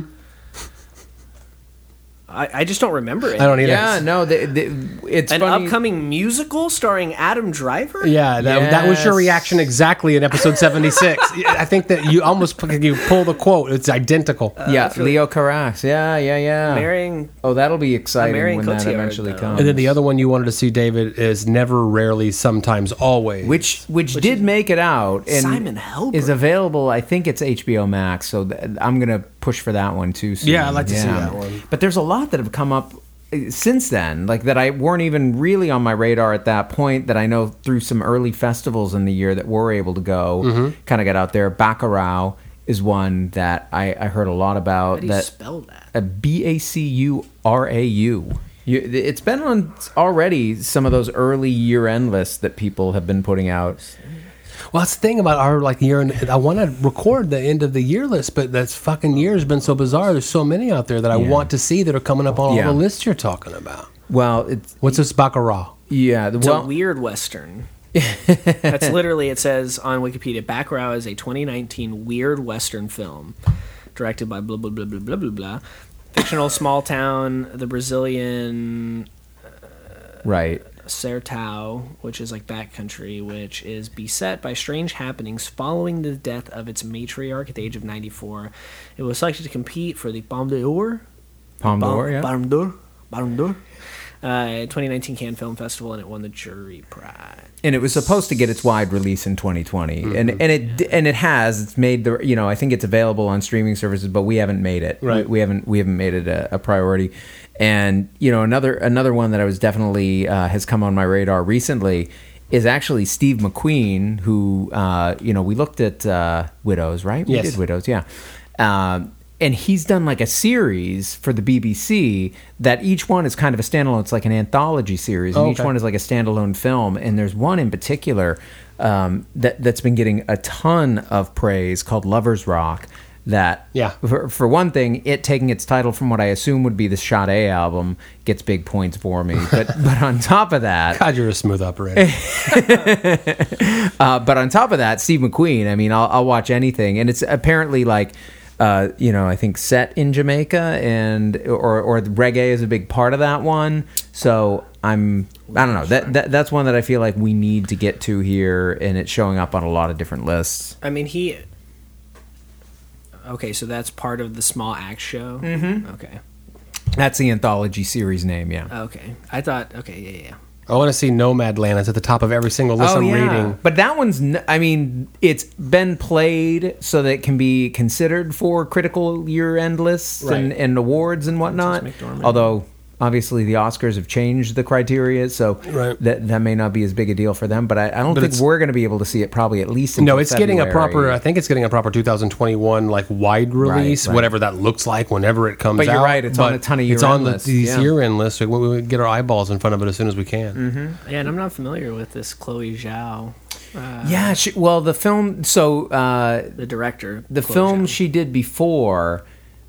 A: I, I just don't remember it.
F: I don't either.
G: Yeah, no, the, the, it's
A: An
G: funny.
A: upcoming musical starring Adam Driver.
F: Yeah, that, that was your
G: Yes.
F: reaction exactly in episode
G: (laughs)
F: 76. Yeah, I think that you almost you pull the quote. It's identical.
G: yeah,
A: Uh, that's really-
G: Leo Carax. Yeah, yeah, yeah.
A: Marrying
G: oh, that'll be exciting
A: Marion
G: when that
A: Cotillard,
G: eventually
A: though.
G: comes.
F: and then the other one you wanted to see, David, is Never, Rarely, Sometimes, Always.
G: which which, did make it out and
A: Simon Helberg.
G: is available. I think it's HBO Max, so th- I'm gonna push for that one too. Soon.
F: Yeah, I'd like to see that one.
G: But there's a lot that have come up uh, since then, like that I weren't even really on my radar at that point. That I know through some early festivals in the year that were able to go, kind of got out there. Baccarat is one that I, I heard a lot about.
A: How do you
G: that
A: spell that?
G: a B A C U R A U. You- It's been on already some of those early year end lists that people have been putting out.
F: Well, that's the thing about our like year, and I want to record the end of the year list, but that's fucking year has been so bizarre. There's so many out there that I want to see that are coming up on
G: Yeah.
F: all the lists you're talking about.
G: Well, it's
F: What's this baccarat?
G: yeah. The,
A: It's
G: well,
A: a weird western. That's literally it says on Wikipedia. Baccarat is a 2019 weird western film, directed by blah blah blah blah blah blah blah. Fictional small town, the Brazilian
G: right.
A: Sertão, which is like backcountry, which is beset by strange happenings following the death of its matriarch at the age of 94. It was selected to compete for the Palme d'Or
G: Palm d'Or.
A: Bal-
G: Yeah.
A: Ballon d'Or, Ballon d'Or, uh, 2019 Cannes Film Festival, and it won the jury prize.
G: and it was supposed to get its wide release in 2020
F: Mm-hmm.
G: and and it d- and it has it's made the you know i think it's available on streaming services but we haven't made it
F: Right.
G: we, we haven't we haven't made it a, a priority and you know another another one that i was definitely uh, has come on my radar recently is actually steve mcqueen who uh, you know we looked at uh, widows right we
F: Yes.
G: did widows yeah um, and he's done like a series for the BBC that each one is kind of a standalone. It's like an anthology series, and
F: Oh,
G: each
F: okay.
G: one is like a standalone film. And there's one in particular um, that that's been getting a ton of praise called Lovers Rock. That
F: Yeah.
G: for, for one thing, it taking its title from what I assume would be the Sade album gets big points for me. But (laughs) but on top of that,
F: God, you're a smooth
G: Eh.
F: operator.
G: uh, but on top of that, Steve McQueen. I mean, I'll, I'll watch anything, and it's apparently like, uh, you know, I think set in Jamaica, and or or the reggae is a big part of that one. So I'm, I don't know. That, that that's one that I feel like we need to get to here, and it's showing up on a lot of different lists.
A: I mean, he. Okay, so that's part of the small act show. Mm-hmm. Okay,
G: That's the anthology series name, yeah.
A: okay. I thought. Okay, yeah, yeah.
F: I want to see Nomad Land. It's at the top of every single list I'm reading.
G: Oh, But that one's, n- I mean, it's been played so that it can be considered for critical year end lists and,
F: Right.
G: and awards and whatnot.
A: McDormand.
G: Although, obviously, the Oscars have changed the criteria, so
F: Right.
G: that, that may not be as big a deal for them. But I, I don't think
F: it's-
G: we're going to be able to see it probably at least until
F: No, it's getting a proper. uh, I
G: February.
F: think it's getting a proper 2021 like wide release,
G: right.
F: whatever that looks like, whenever it comes.
G: But you're
F: out.
G: right, it's on
F: But
G: a ton of
F: It's
G: year-end
F: on the,
G: lists,
F: these
G: yeah. Mm-hmm.
F: year-end lists. Like, we, we get our eyeballs in front of it as soon as we can.
A: Yeah, and I'm not familiar with this Chloe Zhao, uh,
G: Yeah, she, well, the film, so uh,
A: the director.
G: the
A: Chloe
G: film
A: Zhao.
G: she did before.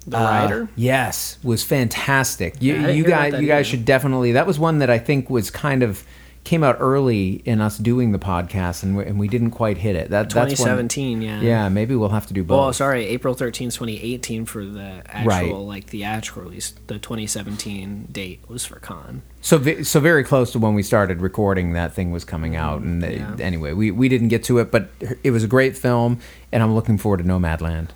A: the
G: Uh,
A: writer.
G: yes, was fantastic. You,
A: Yeah, I didn't
G: you
A: hear about
G: guys,
A: that
G: you guys
A: either.
G: should definitely. That was one that I think was kind of came out early in us doing the podcast, and we, and we didn't quite hit it. That that's one.
A: 2017. yeah.
G: Yeah, maybe we'll have to do both.
A: Well, sorry, April 13th, 2018 for the actual
G: Right.
A: like theatrical release. The 2017 date was for Con.
G: So, ve- so very close to when we started recording, that thing was coming out. And uh, they-
A: Mm-hmm. yeah.
G: anyway, we, we didn't get to it, but it was a great film, and I'm looking forward to Nomadland.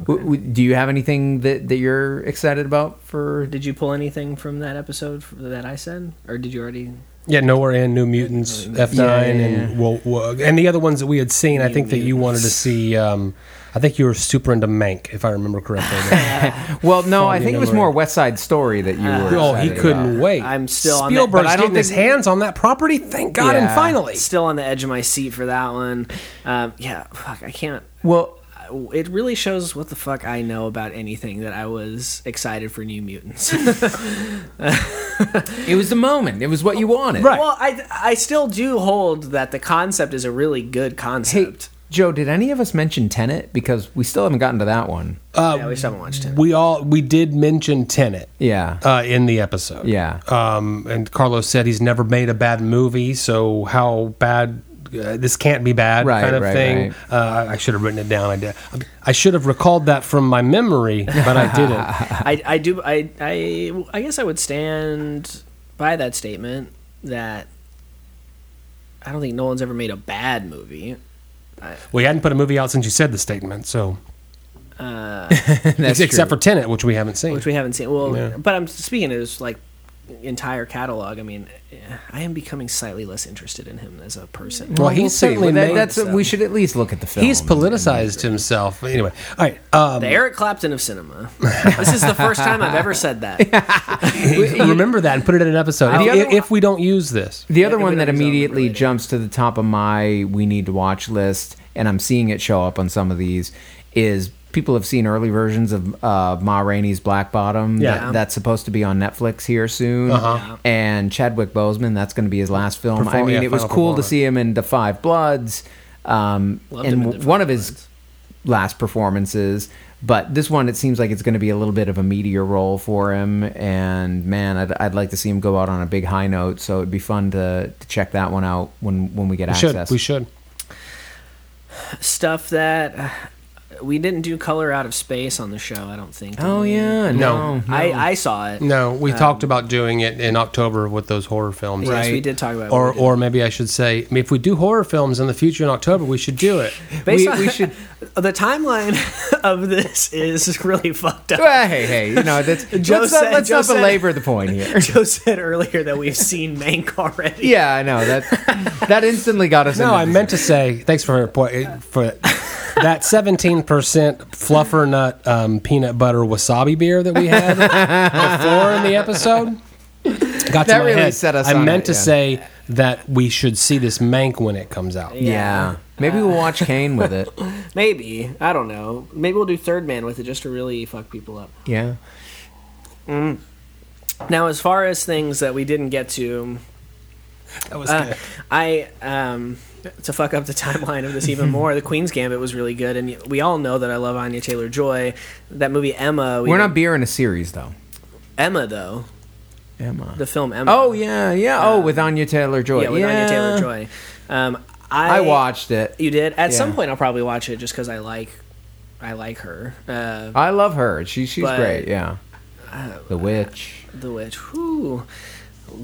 G: W- w- do you have anything that, that you're excited about for?
A: Did you pull anything from that episode f- that I said, or did you already?
F: Yeah, Nowhere and New Mutants, F9,
G: yeah,
F: and Wo- Wo- and the other ones that we had seen. I think that you wanted to see. Um, I think you were super into Mank, if I
A: (laughs)
F: remember correctly.
G: Well, no, I
F: Foggy
G: think it was
F: memory.
G: more West Side Story that you
A: Ah.
G: were.
F: oh, he
G: excited
F: couldn't
G: about.
F: wait.
A: I'm still on that,
F: Spielberg's
A: but I don't
F: getting his
A: think-
F: hands on that property. Thank God, and
G: Yeah.
F: finally,
A: Still on the edge of my seat for that one. Um, yeah, fuck, I can't.
G: Well,
A: It really shows what the fuck I know about anything that I was excited for New Mutants. (laughs)
G: it was the moment. It was what you wanted.
A: Well, I I still do hold that the concept is a really good
G: Hey,
A: concept.
G: Joe, did any of us mention Tenet? Because we still haven't gotten to that one.
A: yeah, we just haven't watched it.
F: Uh, we all we did mention Tenet
G: Yeah.
F: uh, in the episode.
G: Yeah.
F: Um, and Carlos said he's never made a bad movie, so how bad? Uh, this can't be bad,
G: Right,
F: kind of
G: right,
F: thing. Uh, I should have written it down. I did. Um, I should have recalled that from my memory, but I
G: (laughs)
F: didn't.
A: I, I do I, I I guess I would stand by that statement that I don't think Nolan's ever made a bad movie.
F: we hadn't put a movie out since you said the statement, so
G: That's
F: except
G: true.
F: for Tenet, which we haven't seen.
A: which we haven't seen. Well,
F: Yeah.
A: but I'm speaking as like entire catalog. I mean, I am becoming slightly less interested in him as a person.
F: Well, he's
G: we'll see.
F: certainly
G: Well, that-
F: made-
G: that's we should at least look at the film.
F: He's politicized himself. Anyway, all right. Um,
A: the Eric Clapton of cinema. this is the first time I've ever said
G: (laughs)
A: that.
F: (laughs) remember that and put it in an episode
G: The
F: if,
G: other
F: if- if we don't use this.
G: The other
A: Yeah,
G: one
A: we
G: that
A: don't use them
G: immediately
A: related.
G: jumps to the top of my we need to watch list, and I'm seeing it show up on some of these, is people have seen early versions of uh, Ma Rainey's Black Bottom.
F: Yeah. Uh-huh.
G: that- that's supposed to be on Netflix here soon. And Chadwick Boseman, that's going to be his last film. I
F: Perform-
G: mean,
F: yeah,
G: it was
F: final
G: cool to
F: performance.
G: see him in The Five Bloods, um,
A: Loved him
G: and
A: in
G: w-
A: The
G: one
A: Five
G: of his
A: Bloods.
G: last performances. But this one, it seems like it's going to be a little bit of a meteor role for him. And man, I'd, I'd like to see him go out on a big high note. So it'd be fun to, to check that one out when, when we get
F: We
G: access.
F: should. We should.
A: Stuff that uh, we didn't do color out of space on the show. I don't think. did
G: Oh,
A: we?
G: yeah.
F: No.
G: No.
A: I, I saw it.
F: No, we talked about doing it in October with those horror films.
A: Um, Yes, we did talk about. it.
F: Or,
A: We did.
F: or maybe I should say, I mean, if we do horror films in the future in October, we should
A: (laughs)
F: do it.
A: Based
G: we-
A: on-
G: we should-
A: the timeline (laughs) of this is really fucked up.
G: (laughs) Well, hey, hey, you know, that's,
A: (laughs) Joe
G: let's
A: said-
G: not, let's
A: Joe
G: not
A: said-
G: belabor the point
A: (laughs)
G: here.
A: Joe said earlier that we've seen Mank already.
G: Yeah, I know that. That instantly got us.
F: No,
G: into
F: I
G: this.
F: meant to say thanks for her point for that seventeen percent fluffer nut um, peanut butter wasabi beer that
A: (laughs)
F: we had before in the episode. Got to
G: That
F: my
G: really
F: head.
G: set us
F: I
G: on
F: meant
G: it,
F: to
G: yeah.
F: say that we should see this mank when it comes out.
G: Yeah. Maybe we'll watch Kane
A: (laughs)
G: with it.
A: (laughs) Maybe I don't know. Maybe we'll do Third Man with it just to really fuck people up.
G: Yeah.
A: Now, as far as things that we didn't get to,
F: That was
A: uh, I um, to fuck up the timeline of this
G: (laughs)
A: even more. The Queen's Gambit was really good, and we all know that I love Anya Taylor Joy. That movie Emma. We
G: We're
A: did-
G: not beer in a series, though.
A: Emma though.
G: Emma.
A: The film Emma.
G: Oh, yeah, yeah. Oh, with Anya Taylor Joy.
A: yeah, with Anya Taylor Joy. Um, I,
G: I watched it.
A: You did. At some
G: Yeah.
A: point, I'll probably watch it just because I like, I like her. Uh,
G: I love her. She, she's
A: But- uh,
G: great, yeah. The Witch.
A: the witch. Who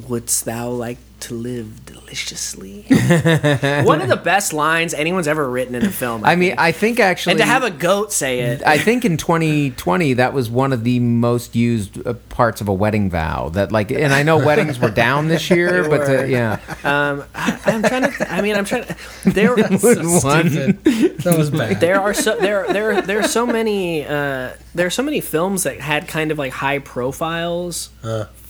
A: wouldst thou like to live
G: (laughs)
A: deliciously? One of the best lines anyone's ever written in a film.
G: I mean, I think actually.
A: and to have a goat say
G: (laughs)
A: it.
G: I think in 2020 that was one of the most used uh, parts of a wedding vow. That like, and I know weddings were
A: (laughs)
G: down this year, but
A: were.
G: to, yeah,
A: Um, I, I'm trying to. Th- I mean, I'm trying. To,
G: (laughs)
A: there,
G: one.
F: that was bad.
A: there are so there there there are so many uh, there are so many films that had kind of like high profiles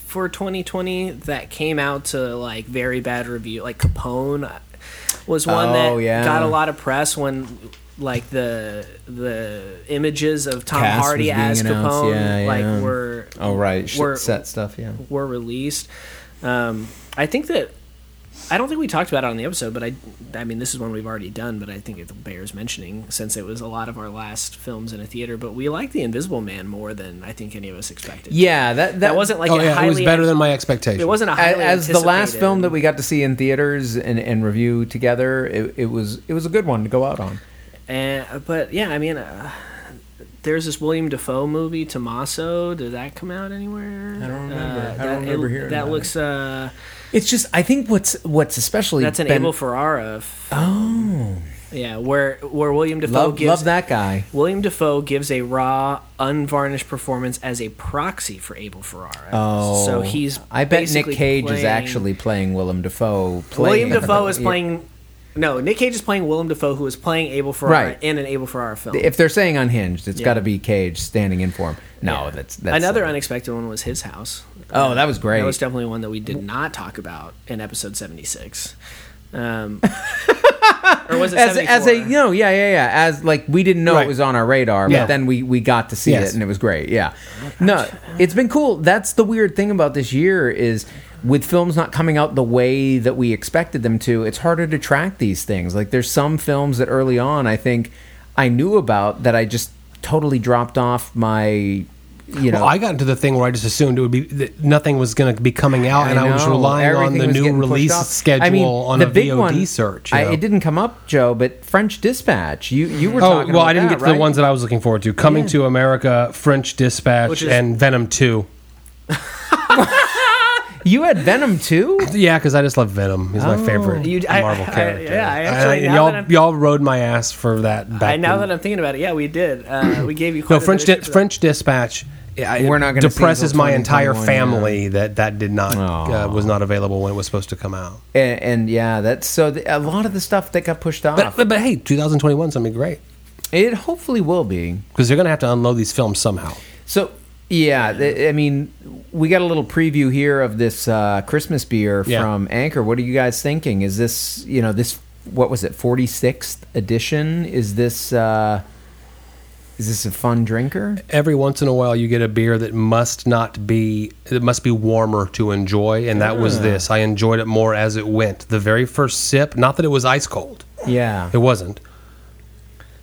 A: for 2020 that came out to like very bad review. Like Capone was one
G: Oh,
A: that
G: yeah.
A: got a lot of press when like the the images of Tom
G: Cast was
A: Hardy
G: being
A: as
G: announced,
A: Capone
G: yeah,
A: like
G: yeah.
A: were
G: Oh right, shit,
A: We're-
G: set stuff. Yeah,
A: were released. Um, I think that I don't think we talked about it on the episode, but I I mean this is one we've already done, but I think it bears mentioning since it was a lot of our last films in a theater. But we like the Invisible Man more than I think any of us expected.
G: yeah. That that,
A: that wasn't like
F: oh
A: a
F: yeah,
A: highly
F: it was better than my expectations.
A: it wasn't a
G: as,
A: highly
G: as the last
A: anticipated-
G: film that we got to see in theaters and, and review together. It, it was it was a good one to go out on.
A: And, but yeah, I mean. Uh, there's this William Defoe movie, Tommaso. Did that come out anywhere? I
G: don't remember. I don't
A: that,
G: remember hearing
A: That
G: about
A: looks. Uh,
G: It's just I think what's what's especially
A: that's an
G: been-
A: Abel Ferrara. f-
G: Oh,
A: yeah, where where William Defoe
G: Love,
A: gives
G: love that guy.
A: William Defoe gives a raw, unvarnished performance as a proxy for Abel Ferrara.
G: Oh,
A: so he's
G: I bet Nick
A: basically
G: Cage is
A: playing-
G: actually playing Willem Dafoe. Playing
A: William
G: (laughs)
A: Defoe is
G: Yeah.
A: playing. No, Nick Cage is playing Willem Defoe, who is playing Abel Ferrara
G: Right.
A: in an Abel Ferrara film.
G: If they're saying unhinged, it's
A: Yeah.
G: got to be Cage standing in for him. No, that's that's
A: Another
G: uh,
A: unexpected one was his house.
G: Oh, that was great.
A: That was definitely one that we did not talk about in episode seventy six.
G: (laughs)
A: Um, or was it
G: as, as a you
A: 74?
G: know yeah yeah yeah as like we didn't know
F: Right.
G: it was on our radar
F: Yeah.
G: but then we we got to see
F: Yes.
G: it and it was great yeah no it's been cool that's the weird thing about this year is with films not coming out the way that we expected them to it's harder to track these things like there's some films that early on i think i knew about that i just totally dropped off my you know
F: Well, I got into the thing where I just assumed it would be that nothing was going to be coming out, and I was
G: know.
F: relying
G: Everything
F: on the
G: was
F: new
G: getting pushed
F: release
G: off.
F: schedule
G: I mean,
F: on
G: the
F: a
G: big
F: VOD
G: one,
F: search. you
G: I,
F: know?
G: it didn't come up, Joe, but French Dispatch. You you were
F: Oh
G: talking
F: well,
G: about
F: I didn't
G: that,
F: get to the
G: right?
F: ones that I was looking forward to: Coming
G: Yeah.
F: to America, French Dispatch,
A: Which is-
F: and Venom Two.
G: You had Venom too.
F: Yeah, because I just love Venom. He's my
G: Oh,
F: favorite
A: You- I-
F: Marvel
A: I-
F: character.
A: yeah, I
F: And
A: actually- now that
F: y'all
A: I'm-
F: y'all rode my ass for that. Back
A: I, now
F: when-
A: that I'm thinking about it, yeah, we did. Uh, we gave you quite
F: no
A: a
F: French
A: bit
F: di-
A: of shit for that.
F: French Dispatch. I-
G: We're not gonna see
F: depresses
G: until
F: my entire
G: 2021, yeah.
F: family that that did not uh,
G: Aw.
F: was not available when it was supposed to come out.
G: and, and yeah, that's so. The, a lot of the stuff that got pushed
A: Ah.
G: off,
F: But, but, but hey, 2021 is gonna be great
G: it hopefully will be.
F: because they're gonna have to unload these films somehow.
G: So yeah, th- I mean, we got a little preview here of this uh, Christmas beer
F: Yeah.
G: from Anchor. What are you guys thinking? Is this you know this what was it forty sixth edition? Is this uh, is this a fun drinker?
F: Every once in a while, you get a beer that must not be it must be warmer to enjoy, and that
A: Ah.
F: was this. I enjoyed it more as it went. The very first sip, not that it was ice cold,
G: Yeah.
F: it wasn't.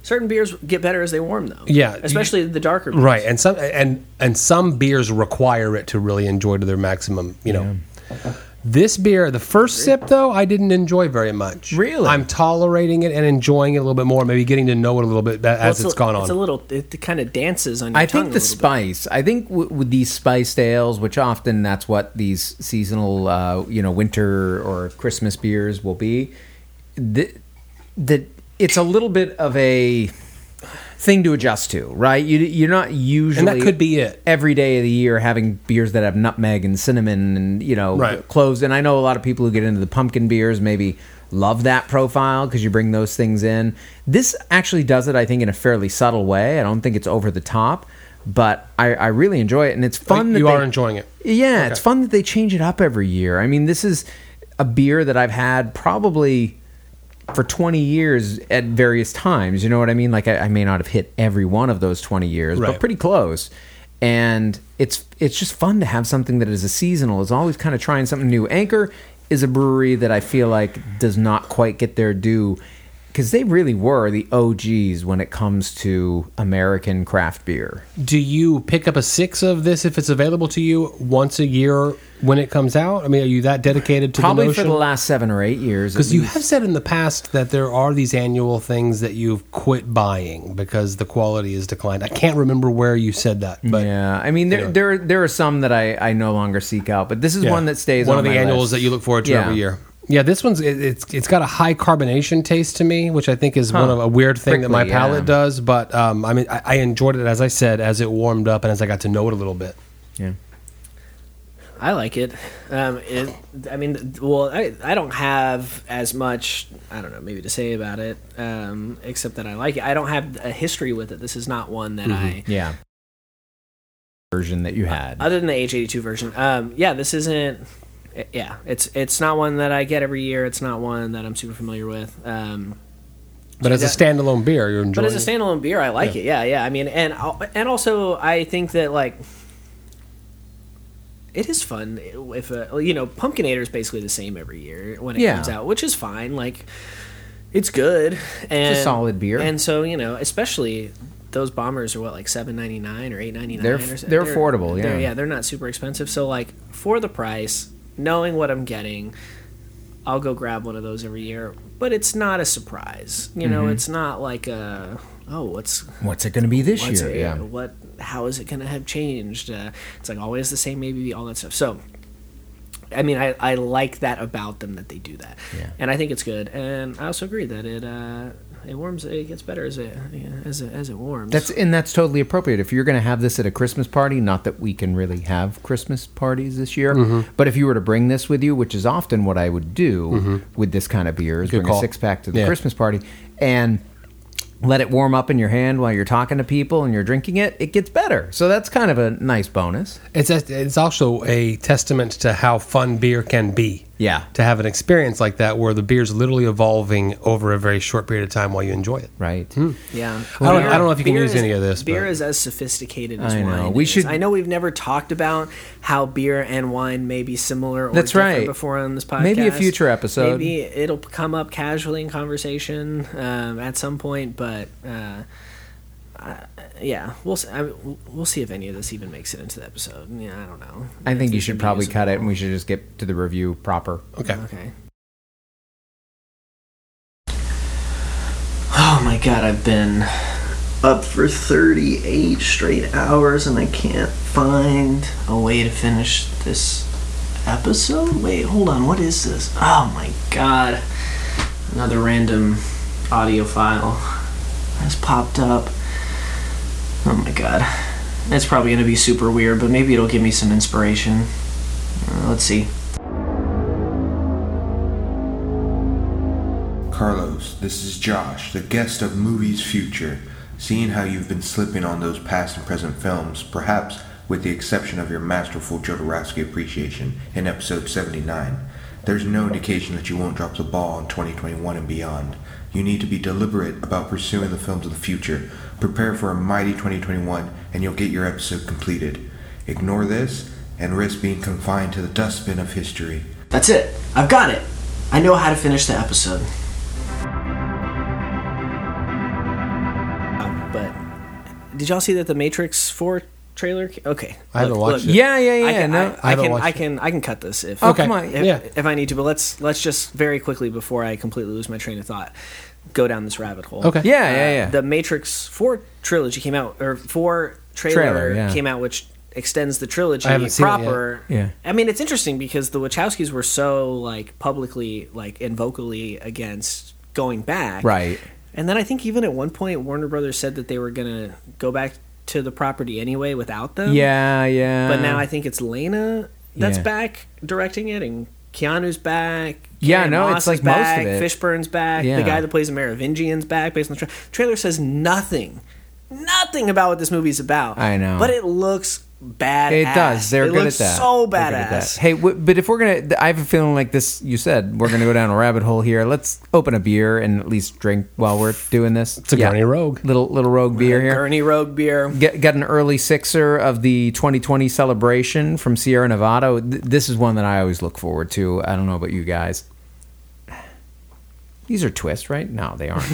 A: Certain beers get better as they warm, though.
F: Yeah, you-
A: especially the darker. Beers.
F: right and some and and some beers require it to really enjoy to their maximum you know this beer the first sip though i didn't enjoy very much
G: Really?
F: i'm tolerating it and enjoying it a little bit more maybe getting to know it a little bit ba-
A: Well,
F: as it's
A: a-
F: gone on
A: It's a little. It kind of dances on. Your
G: I
A: tongue
G: think
A: a little
G: the
A: bit.
G: spice. I think w- with these spiced ales, which often that's what these seasonal, uh, you know, winter or Christmas beers will be. The, the it's a little bit of a thing to adjust to, right? You, you're not usually
F: could be it.
G: every day of the year having beers that have nutmeg and cinnamon and you know
F: Right.
G: cloves. And I know a lot of people who get into the pumpkin beers maybe love that profile because you bring those things in. This actually does it, I think, in a fairly subtle way. I don't think it's over the top, but I, I really enjoy it, and it's fun. that
F: you
G: they-
F: are enjoying it
G: yeah, it's fun that they change it up every year. I mean, this is a beer that I've had probably for 20 years at various times. You know what I mean? Like I, I may not have hit every one of those 20 years,
F: Right.
G: but pretty close. And it's it's just fun to have something that is a seasonal. It's always kind of trying something new. Anchor is a brewery that I feel like does not quite get their due because they really were the OGs when it comes to American craft beer.
F: do you pick up a six of this if it's available to you once a year when it comes out i mean are you that dedicated to
G: Probably
F: the
G: for the last seven or eight years. at
F: because you
G: least.
F: have said in the past that there are these annual things that you've quit buying because the quality has declined. I can't remember where you said that, but
G: yeah, I mean there
F: Anyway.
G: there there are some that I, I no longer seek out, but this is
F: Yeah.
G: one that stays
F: One
G: on
F: of the
G: my
F: annuals
G: list.
F: that you look forward to
G: Yeah.
F: every year. Yeah, this one's it, it's it's got a high carbonation taste to me, which I think is one of a weird thing that my
G: Prickly, yeah.
F: palate does. But um, I mean, I, I enjoyed it as I said as it warmed up and as I got to know it a little bit.
G: Yeah.
A: I like it. Um, it I mean, well, I, I don't have as much, I don't know, maybe to say about it, um, except that I like it. I don't have a history with it. This is not one that
F: Mm-hmm.
A: I,
G: Yeah. Version that you had.
A: other than the H82 version, um, yeah, this isn't, eh, yeah, it's it's not one that I get every year. It's not one that I'm super familiar with. Um,
F: But as a
A: that-
F: standalone beer, you're enjoying.
A: But as a standalone beer, I like it. Yeah, yeah. I mean, and al- and also I think that like it is fun if uh, you know Pumpkinator is basically the same every year when it
G: Yeah.
A: comes out, which is fine. Like it's good and
G: solid beer.
A: and so you know, especially those bombers are what like seven ninety nine or eight ninety nine.
G: They're- they're affordable, yeah.
A: they're, yeah, they're not super expensive. So like for the price, knowing what I'm getting. I'll go grab one of those every year, but it's not a surprise. You know,
G: Mm-hmm.
A: it's not like a oh, what's
G: Uh, What's it going to be this
A: what's
G: year?
A: it,
G: Yeah.
A: what how is it going to have changed? Uh, it's like always the same, maybe all that stuff. So, I mean, I, I like that about them that they do that,
G: Yeah.
A: and I think it's good. And I also agree that it uh, it warms. It gets better as it yeah, as it, as it warms.
G: That's and that's totally appropriate. If you're going to have this at a Christmas party, not that we can really have Christmas parties this year, but if you were to bring this with you, which is often what I would do with this kind of beer, is
F: Good
G: bring
F: call.
G: a six pack to the
F: Yeah.
G: Christmas party and let it warm up in your hand while you're talking to people and you're drinking it. It gets better, so that's kind of a nice bonus.
F: It's a, it's also a testament to how fun beer can be.
G: Yeah.
F: To have an experience like that where the beer's literally evolving over a very short period of time while you enjoy it.
G: Right.
A: Hmm. Yeah,
F: I don't-
A: Beer-
F: I don't know if you can
A: beer
F: use
A: is-
F: any of this,
A: Beer
F: but-
A: is as sophisticated as
G: I know.
A: wine.
G: We
A: is.
G: should-
A: I know we've never talked about how beer and wine may be similar. Or
G: That's
A: different
G: right.
A: Before on this podcast,
G: Maybe a future episode.
A: Maybe it'll come up casually in conversation um, at some point, but. Uh, I- yeah, we'll see, I, we'll see if any of this even makes it into the episode. Yeah, I don't know.
G: I
A: If
G: think you
A: these
G: should
A: would be
G: probably cut it, and
A: usable.
G: we should just get to the review proper.
F: Okay.
A: Okay. Oh my god, I've been up for 38 straight hours and I can't find a way to finish this episode. Wait, hold on, what is this? Oh my god. Another random audio file has popped up. Oh my god. It's probably gonna be super weird, but maybe it'll give me some inspiration. Uh, let's see.
I: Carlos, this is Josh, the guest of Movies Future. Seeing how you've been slipping on those past and present films, perhaps with the exception of your masterful Jodorowsky appreciation in episode 79, there's no indication that you won't drop the ball in 2021 and beyond. You need to be deliberate about pursuing the films of the future. Prepare for a mighty 2021 and you'll get your episode completed. Ignore this and risk being confined to the dustbin of history.
A: That's it. I've got it. I know how to finish the episode. Uh, But did y'all see that the Matrix Four trailer? ca- Okay,
F: I haven't watched it.
G: Yeah, yeah,
A: I
G: yeah,
A: can,
G: no,
A: I,
F: I
A: I
F: haven't
A: can,
F: watched
A: I
F: it. Oh,
A: can, I can cut this if
G: Okay. come on,
A: if,
F: yeah.
A: if I need to. But let's let's just very quickly before I completely lose my train of thought, go down this rabbit hole.
F: Okay. Uh,
G: Yeah, yeah, yeah.
A: The Matrix Four trilogy came out, or Four trailer,
G: Trailer, yeah.
A: came out, which extends the trilogy
F: I haven't seen it yet.
A: proper.
G: Yeah.
A: I mean, it's interesting because the Wachowskis were so like publicly, like and vocally against going back,
G: Right.
A: And then I think even at one point Warner Brothers said that they were gonna go back to the property anyway without them.
G: yeah, yeah.
A: But now I think it's Lena that's
G: Uh, Yeah.
A: back directing it, and Keanu's back.
G: Yeah,
A: Carrie
G: no,
A: Moss
G: it's like
A: is
G: most of
A: back,
G: it.
A: Fishburne's back.
G: Yeah.
A: The guy that plays the Merovingian's back. Based on the tra- trailer, says nothing, nothing about what this movie's about.
G: I know.
A: but it looks badass.
G: It does. They're
A: It
G: good
A: looks
G: at that.
A: So
G: They're good at that.
A: badass.
G: Hey, w- but if we're gonna, th- I have a feeling like this. You said we're gonna go down a rabbit hole here. Let's open a beer and at least drink while we're doing this. It's
F: a Gurney Rogue.
G: little little rogue beer here.
A: Gurney Rogue beer.
G: Get, got an early sixer of the 2020 celebration from Sierra Nevada. Th- This is one that I always look forward to. I don't know about you guys. These are twists, right? No, they aren't.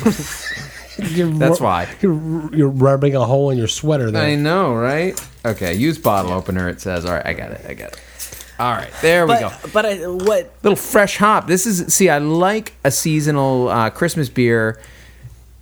F: You're (laughs)
G: That's why.
F: You're, you're rubbing a hole in your sweater there.
G: I know, right? Okay, use bottle opener. It says, all right, I got it, I got it. All right, there we go.
A: But uh, but I, what
G: little fresh hop. This is see, I like a seasonal uh, Christmas beer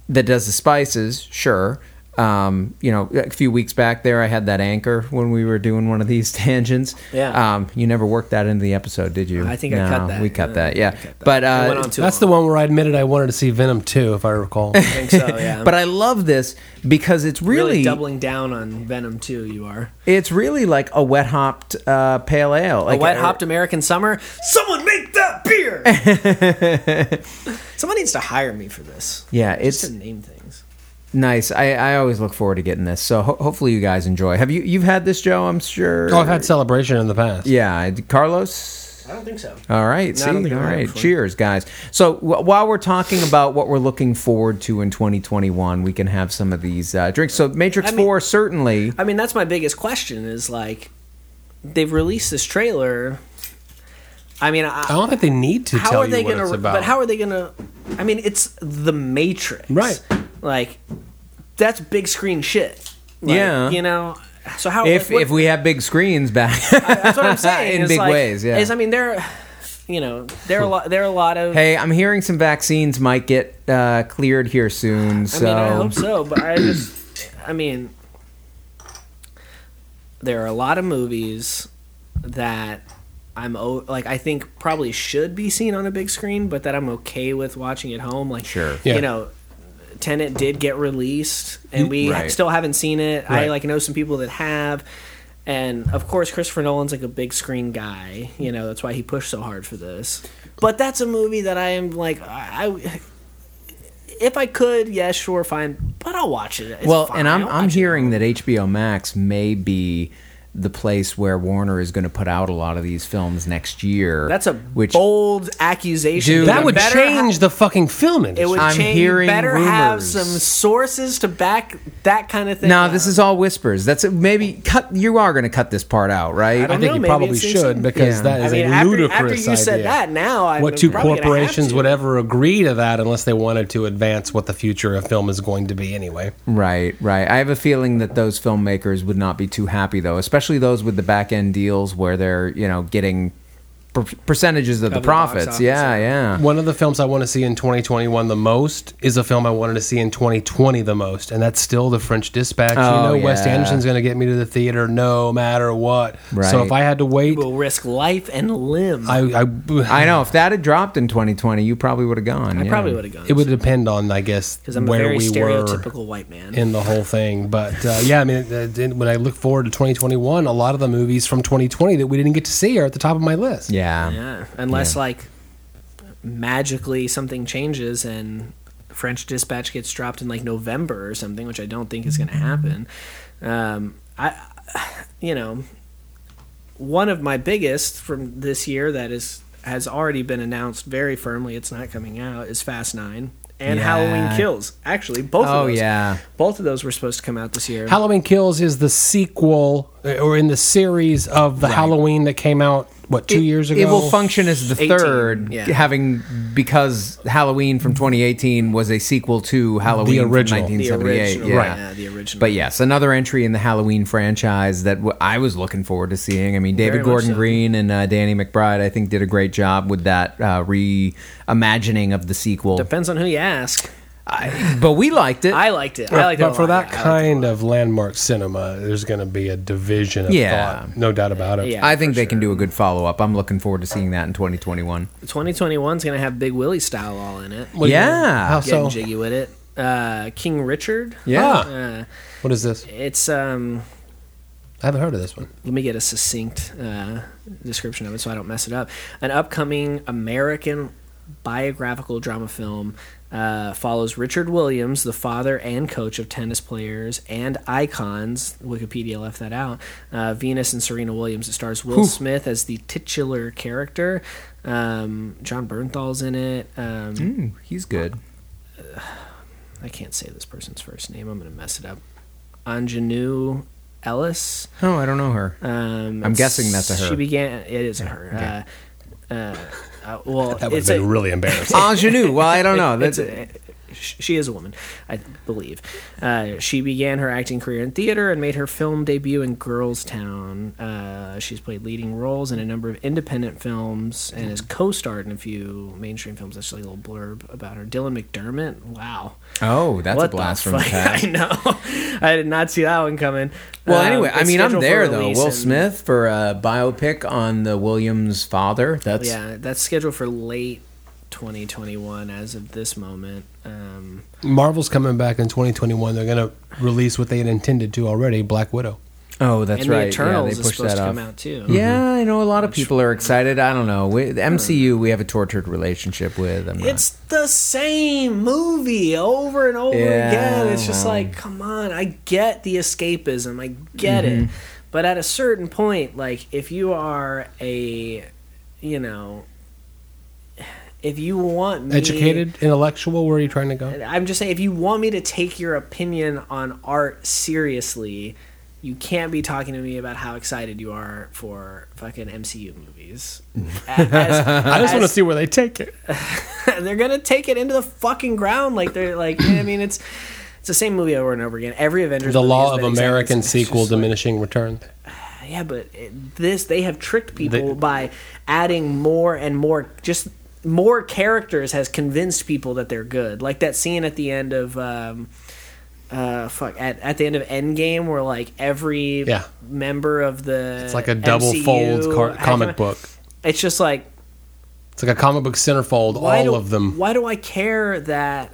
G: that does the spices. Sure, um, you know, a few weeks back there, I had that anchor when we were doing one of these (laughs) tangents.
A: Yeah.
G: um, you never worked that into the episode, did you?
A: I think I cut that.
G: We cut
A: Yeah,
G: that. Yeah,
A: I cut that.
G: but uh,
A: I went on too
F: That's the
A: long.
F: one where I admitted I wanted to see Venom 2, if I
A: (laughs)
F: recall. Oh,
A: I think
G: (laughs)
A: so, yeah.
G: but I love this because it's
A: really,
G: really,
A: doubling down on Venom too. You are
G: it's really like a wet hopped uh, pale ale,
A: a
G: like
A: wet hopped American summer. Someone make that beer.
G: (laughs)
A: Someone needs to hire me for this.
G: Yeah, it's
A: Just to name things.
G: Nice. I, I always look forward to getting this. So ho- hopefully you guys enjoy. Have you you've had this, Joe? I'm sure.
F: oh, I've had Celebration in the past.
G: Yeah, I- Carlos.
A: I don't think so.
G: All right.
A: No, I
G: see, all
A: don't think I've had it
G: right.
A: before.
G: Cheers, guys. So w- while we're talking about what we're looking forward to in 2021, we can have some of these uh, drinks. So Matrix
A: I mean-
G: Four certainly.
A: I mean, that's my biggest question is like, they've released this trailer. I mean, I,
F: I don't think they need to
A: how
F: tell
A: are they
F: you what
A: gonna?
F: it's about.
A: But how are they gonna? I mean, it's the Matrix,
F: Right.
A: Like, that's big screen shit. Like,
G: Yeah.
A: you know. So how
G: if
A: like, what-
G: if we have big screens back,
A: that's what I'm saying
G: (laughs) in
A: is,
G: big
A: like,
G: ways, yeah.
A: Is I mean, there, you know, there are a lot. There are a lot of.
G: hey, I'm hearing some vaccines might get uh, cleared here soon.
A: I
G: So
A: mean, I hope so, but I just, I mean, there are a lot of movies that I'm o- like I think probably should be seen on a big screen, but that I'm okay with watching at home. Like,
G: Sure.
F: Yeah.
A: you know, Tenant did get released, and we
G: Right.
A: still haven't seen it. I
G: Right.
A: like know some people that have, and of course Christopher Nolan's like a big screen guy. You know that's why he pushed so hard for this. But that's a movie that I am like I. I- if I could, yeah, sure, fine, but I'll watch it. It's
G: well,
A: fine.
G: and I'm
A: I'll
G: I'm
A: watch it.
G: hearing that HBO Max may be the place where Warner is going to put out a lot of these films next year.
A: That's a
G: which
A: bold accusation.
G: Dude,
A: You
F: That would
A: better
F: change
A: ha-
F: the fucking film industry.
A: it would
G: I'm
A: change.
G: hearing
A: you better have
G: rumors.
A: some sources to back that kind of thing.
G: No,
A: up.
G: this is all whispers. That's maybe cut. You are going to cut this part out, right?
A: don't
F: I think
A: know,
F: you
A: maybe
F: probably
A: it's
F: should
A: interesting.
F: because
G: Yeah.
F: that is
A: I mean,
F: a
A: after-
F: ludicrous
A: after you said
F: idea.
A: that, now I'm
F: what two
A: probably gonna have
F: corporations
A: to.
F: would ever agree to that unless they wanted to advance what the future of film is going to be anyway.
G: Right, right. I have a feeling that those filmmakers would not be too happy though, especially those with the back end deals where they're you know getting per- percentages of, the
A: the box
G: profits.
A: office,
G: Yeah, yeah.
F: One of the films I want to see in 2021 the most is a film I wanted to see in 2020 the most, and that's still The French Dispatch.
G: Oh,
F: you know, Wes
G: yeah.
F: Anderson's going to get me to the theater no matter what. So
G: Right.
F: if I had to wait,
A: will risk life and limb. I,
F: I, I,
G: I know if that had dropped in 2020, you probably would have gone. yeah.
A: probably would have gone
F: It would depend on, I guess,
A: because I'm a
F: where
A: very
F: we were.
A: stereotypical white man.
F: in the whole thing. But uh, yeah, I mean, it- it did- when I look forward to 2021, a lot of the movies from 2020 that we didn't get to see are at the top of my list.
G: Yeah.
A: yeah, unless like magically something changes and French Dispatch gets dropped in like November or something, which I don't think is going to happen. Um, I, you know, one of my biggest from this year that is has already been announced very firmly. It's not coming out. Is Fast Nine and
G: Yeah.
A: Halloween Kills. Actually, both.
G: Oh
A: of those,
G: yeah.
A: both of those were supposed to come out this year.
F: Halloween Kills is the sequel uh, or in the series of the Halloween that came out what two
G: It-
F: years ago.
G: It will function as the
A: 18,
G: third,
A: yeah.
G: having because Halloween from 2018 was a sequel to Halloween
F: original.
G: from
A: the
G: 1978.
A: original,
G: yeah.
A: yeah, the original.
G: But yes, another entry in the Halloween franchise that w- I was looking forward to seeing. I mean,
A: Very
G: David
A: much
G: Gordon
A: so.
G: Green and uh, Danny McBride, I think, did a great job with that uh, reimagining of the sequel.
A: Depends on who you ask.
G: I- but we liked it.
A: I liked it.
F: But,
A: I liked it.
F: but
A: a
F: for
A: lot,
F: that
A: yeah, I liked it.
F: kind of landmark cinema, there's going to be a division of
G: Yeah.
F: thought, no doubt about it.
A: Yeah.
G: I think
A: for
G: they can
A: sure.
G: do a good follow up. I'm looking forward to seeing that in 2021.
A: 2021 is going to have Big Willie style all in it.
F: What do you-
G: Yeah.
F: how
A: Getting
F: so?
A: jiggy with it. Uh, King Richard.
G: Yeah.
F: Ah,
A: Uh,
F: what is this?
A: it's um.
F: I haven't heard of this one.
A: Let me get a succinct uh, description of it so I don't mess it up. An upcoming American biographical drama film uh, follows Richard Williams, the father and coach of tennis players and icons. Wikipedia left that out. Uh, Venus and Serena Williams. It stars Will Smith as the titular character. Um, John Bernthal's in it. Um,
G: Hmm, he's good.
A: I can't say this person's first name. I'm going to mess it up. Anjanou Ellis.
G: Oh, I don't know her.
A: Um,
G: I'm guessing that's a her.
A: She began. It is a her. Uh, uh, uh,
G: (laughs)
A: well,
F: That would have
A: it's
F: been
A: a,
F: really embarrassing.
G: Ingenue. Well, I
A: (laughs)
G: don't know.
A: it's
G: That's
A: a- sh- she is a woman, I believe. Uh, she began her acting career in theater and made her film debut in Girls Town. Uh, she's played leading roles in a number of independent films
G: Mm-hmm.
A: and has co-starred in a few mainstream films. That's like a little blurb about her. Dylan McDermott. Wow.
G: oh, that's a
A: What the
G: blast from the
A: fuck? (laughs)
G: past.
A: I know. I did not see that one coming.
G: Well,
A: Um,
G: anyway, I
A: it's
G: mean, I'm
A: scheduled for
G: there though.
A: release
G: Will
A: in-
G: Smith for a biopic on the Williams father. That's
A: Yeah, that's scheduled for late 2021 as of this moment. Um,
F: Marvel's coming back in 2021. They're going to release what they had intended to already, Black Widow.
G: oh, that's
A: and
G: right.
A: the Eternals
G: yeah, they
A: is
G: pushed
A: supposed
G: that
A: to
G: off. Mm-hmm.
A: come out too.
G: Yeah, I know a lot of people are excited. I don't know. We, the MCU, we have a tortured relationship with. I'm
A: Hmm.
G: not-
A: Mm-hmm. It's the same movie over and over
G: Yeah,
A: again. It's just
G: well.
A: like, come on, I get the escapism, I get
G: Mm-hmm.
A: it. But at a certain point, like if you are a you know if you want me
F: Educated, intellectual, where are you trying to go?
A: I'm just saying, if you want me to take your opinion on art seriously, you can't be talking to me about how excited you are for fucking MCU movies. As-
F: (laughs) I just want to
A: as-
F: see where they take it.
A: (laughs) they're gonna take it into the fucking ground. Like they're like, I mean, it's it's the same movie over and over again. Every Avengers.
F: The
A: movie has
F: law of
A: been exactly
F: American
A: the same. It's
F: sequel
A: just like,
F: diminishing return.
A: yeah, but it, this they have tricked people
F: They- (laughs)
A: by adding more and more just. More characters has convinced people that they're good. Like that scene at the end of um, uh, fuck at, at the end of Endgame, where like every
F: Yeah.
A: member of the
F: It's like a double
A: MCU
F: fold car-
A: had
F: comic
A: come-
F: book.
A: It's just like
F: It's like a comic book centerfold,
A: why
F: all
A: do,
F: of them.
A: Why do I care that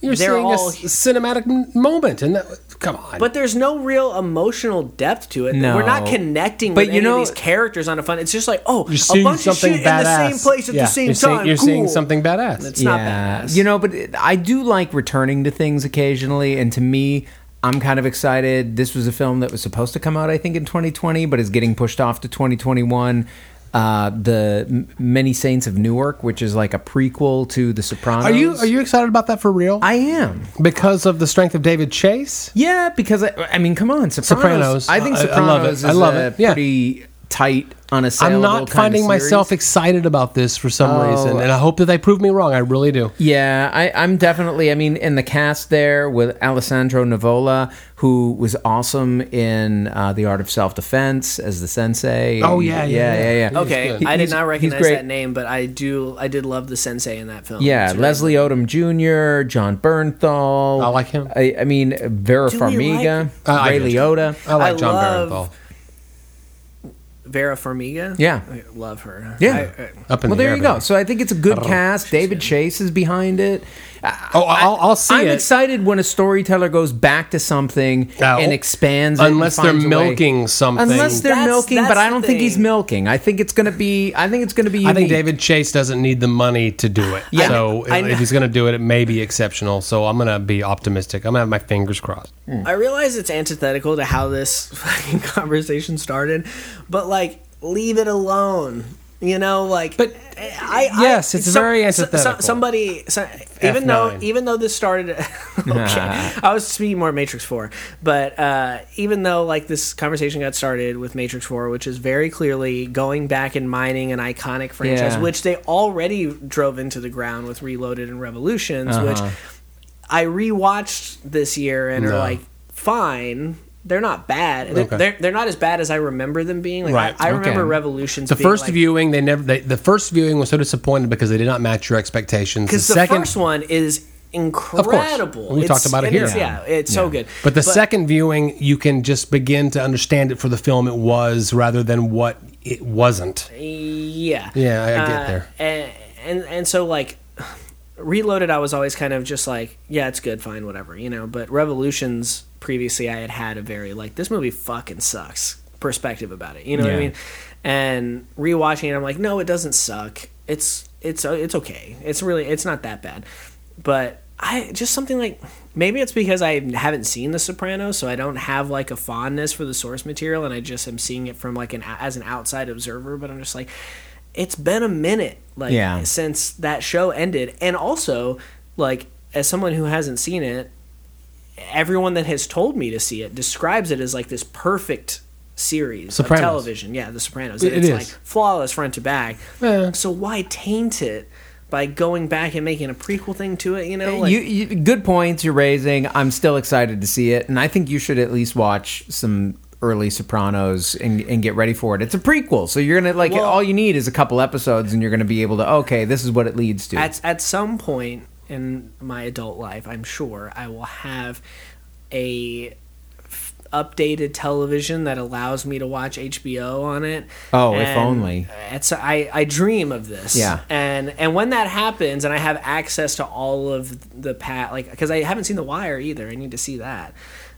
F: You're
A: They're
F: seeing a
A: all-
F: s- cinematic m- moment, and that, come on.
A: But there's no real emotional depth to it.
G: No.
A: We're not connecting
G: But
A: with
G: you
A: any
G: know-
A: of these characters on a fun. It's just like, oh,
F: you're
A: a
F: seeing
A: bunch of shit
F: something
A: in
F: badass.
A: the same place at
F: Yeah,
A: the same
F: you're
A: time.
F: Seeing, you're
A: cool.
F: seeing something badass.
A: It's not badass.
G: You know, but it- I do like returning to things occasionally, and to me, I'm kind of excited. This was a film that was supposed to come out, I think, in 2020, but is getting pushed off to 2021. Uh, the M- Many Saints of Newark, which is like a prequel to The Sopranos.
F: Are you are you excited about that for real?
G: I am.
F: because of the strength of David Chase.
G: Yeah, because I, I mean, come on, Sopranos.
F: Sopranos.
G: I think
F: I- I love
G: Sopranos
F: it. I
G: is
F: love
G: a
F: it. Yeah.
G: pretty tight, unassailable.
F: I'm
G: kind
F: not
G: of
F: finding myself
G: series.
F: excited about this for some
G: Oh.
F: reason, and I hope that they prove me wrong. I really do.
G: Yeah, I, I'm definitely. I mean, in the cast there with Alessandro Nivola, who was awesome in uh, The Art of Self Defense as the sensei.
F: Oh, yeah, yeah,
G: yeah,
F: yeah.
G: yeah. yeah,
A: Okay,
G: He-
A: I did
G: he's-
A: not
G: he's
A: recognize
G: great.
A: that name, but I do. I did love the sensei in that film.
G: Yeah,
A: It's really-
G: Leslie Odom Jr., John Bernthal.
F: I like him. Uh,
G: I, I mean, Vera
A: Do we
G: Farmiga,
F: I like
G: Ray
F: him.
G: Liotta.
F: I like
A: I
F: John
A: love-
F: Barenthal.
A: Vera Farmiga.
G: Yeah.
A: I love her.
G: Yeah.
A: I- I-
F: Up in
G: Well,
F: the
G: there
F: air,
G: you go.
F: baby.
G: So I think it's a good cast. David Chase is behind it.
F: Oh, I'll, I'll see
G: I'm
F: it.
G: excited when a storyteller goes back to something
F: No.
G: and expands. it and
F: Unless they're
G: finds a way.
F: milking something.
G: Unless they're
A: That's-
G: milking,
A: that's
G: but I
A: the
G: don't think he's
A: thing.
G: milking. I think it's going to be. I think it's going to be. Unique.
F: I think David Chase doesn't need the money to do it.
G: Yeah.
F: So
A: I-
F: if he's going to do it, it may be exceptional. So I'm going to be optimistic. I'm going to have my fingers crossed.
A: I realize it's antithetical to how this (laughs) fucking conversation started, but like, leave it alone. You know, like,
F: But,
A: I, I
F: yes, it's very antithetical.
A: somebody, so, even though
F: F9.
A: even though this started, (laughs) okay, I was speaking more Matrix Four, but uh, even though like this conversation got started with Matrix Four, which is very clearly going back and mining an iconic franchise,
G: Yeah.
A: which they already drove into the ground with Reloaded and Revolutions,
F: Uh-huh.
A: which I rewatched this year and are
F: No.
A: like, fine. They're not bad. They're,
F: Okay.
A: they're, they're not as bad as I remember them being. Like,
F: Right,
A: I, I remember
G: okay.
A: Revolutions.
F: The
A: being,
F: first
A: like,
F: viewing, they never. They, the first viewing was so disappointed because they did not match your expectations.
A: because the,
F: second,
A: first one is incredible.
F: We talked about it
A: and
F: here.
A: It's, yeah, it's so good.
F: But the second viewing, you can just begin to understand it for the film it was, rather than what it wasn't.
A: yeah,
F: Yeah, I- I
G: Uh,
F: get there.
A: And, and and so like, Reloaded, I was always kind of just like, yeah, it's good, fine, whatever, you know. But Revolutions, previously, I had had a very like, this movie fucking sucks perspective about it. You know what I mean? And rewatching it, I'm like, no, it doesn't suck. It's it's uh, it's okay. It's really it's not that bad. But I just something like maybe it's because I haven't seen The Sopranos, so I don't have like a fondness for the source material, and I just am seeing it from like an as an outside observer. But I'm just like, it's been a minute. Like
G: Yeah.
A: since that show ended. And also, like, as someone who hasn't seen it, everyone that has told me to see it describes it as like this perfect series
F: Sopranos.
A: of television. Yeah, The Sopranos.
F: It-
A: it's
F: it
A: like
F: is.
A: flawless front to back.
F: Yeah.
A: So why taint it by going back and making a prequel thing to it? You
F: Eh,
A: know, like,
G: you, you, good points you're raising. I'm still excited to see it, and I think you should at least watch some early Sopranos and, and get ready for it. It's a prequel, so you're gonna like
A: Well-
G: all you need is a couple episodes, and you're gonna be able to okay, this is what it leads to.
A: at at some point in my adult life, I'm sure I will have a f- updated television that allows me to watch HBO on it.
G: Oh, if only.
A: It's I I dream of this.
G: Yeah.
A: And and when that happens, and I have access to all of the pat like because I haven't seen The Wire either. I need to see that.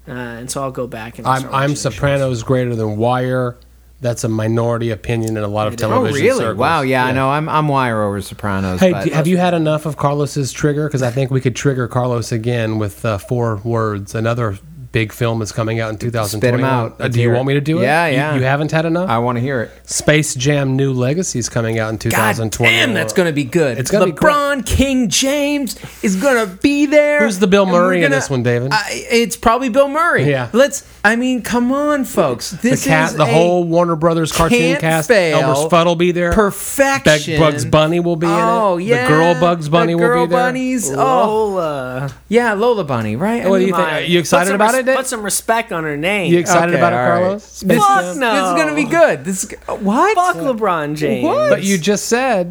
A: Uh, and so I'll go back and I'll
F: I'm
A: start
F: I'm
A: watching those
F: Sopranos greater than Wire. That's a minority opinion in a lot of
G: oh
F: television.
G: really?
F: circles.
G: Wow. Yeah, I know. I'm I'm wire over Sopranos.
F: Hey,
G: but-
F: do- have you had enough of Carlos's trigger? Because I think we could trigger Carlos again with uh, four words. Another big film is coming out in 2021.
G: out.
F: Uh, do you
G: Here.
F: want me to do it?
G: Yeah,
F: You-
G: yeah.
F: You, haven't had enough.
G: I want to hear it.
F: Space Jam: New Legacy is coming out in
G: God
F: 2021.
G: damn, that's going to be good.
F: It's gonna be great.
G: LeBron King James is going to be there.
F: Who's the Bill
G: And we're
F: Murray in
G: gonna-
F: this one, David?
G: I, it's probably Bill Murray.
F: Yeah.
G: Let's. I mean, come on, folks. This
F: the cat,
G: is
F: the
G: a
F: whole Warner Brothers cartoon
G: can't
F: cast.
G: fail.
F: Elmer Fudd will be there.
G: perfection.
F: Beg- Bugs Bunny will be in it.
G: Oh
F: The
G: yeah.
F: girl Bugs Bunny
G: the
F: will be
G: girl
F: there.
G: Bunnies.
A: shows.
G: Oh
A: Lola.
G: yeah, Lola Bunny. Right. I
F: What do
G: mean,
F: you think?
A: My-
F: Are you
A: put
F: excited
A: some
F: about
A: res-
F: it, Dave?
A: Put some respect on her name.
F: You excited
G: Okay,
F: about it,
G: all right.
F: Carlos?
G: This,
A: Fuck
G: this
A: no.
G: is gonna be good. This what?
A: Fuck LeBron James.
G: What?
F: But you just said,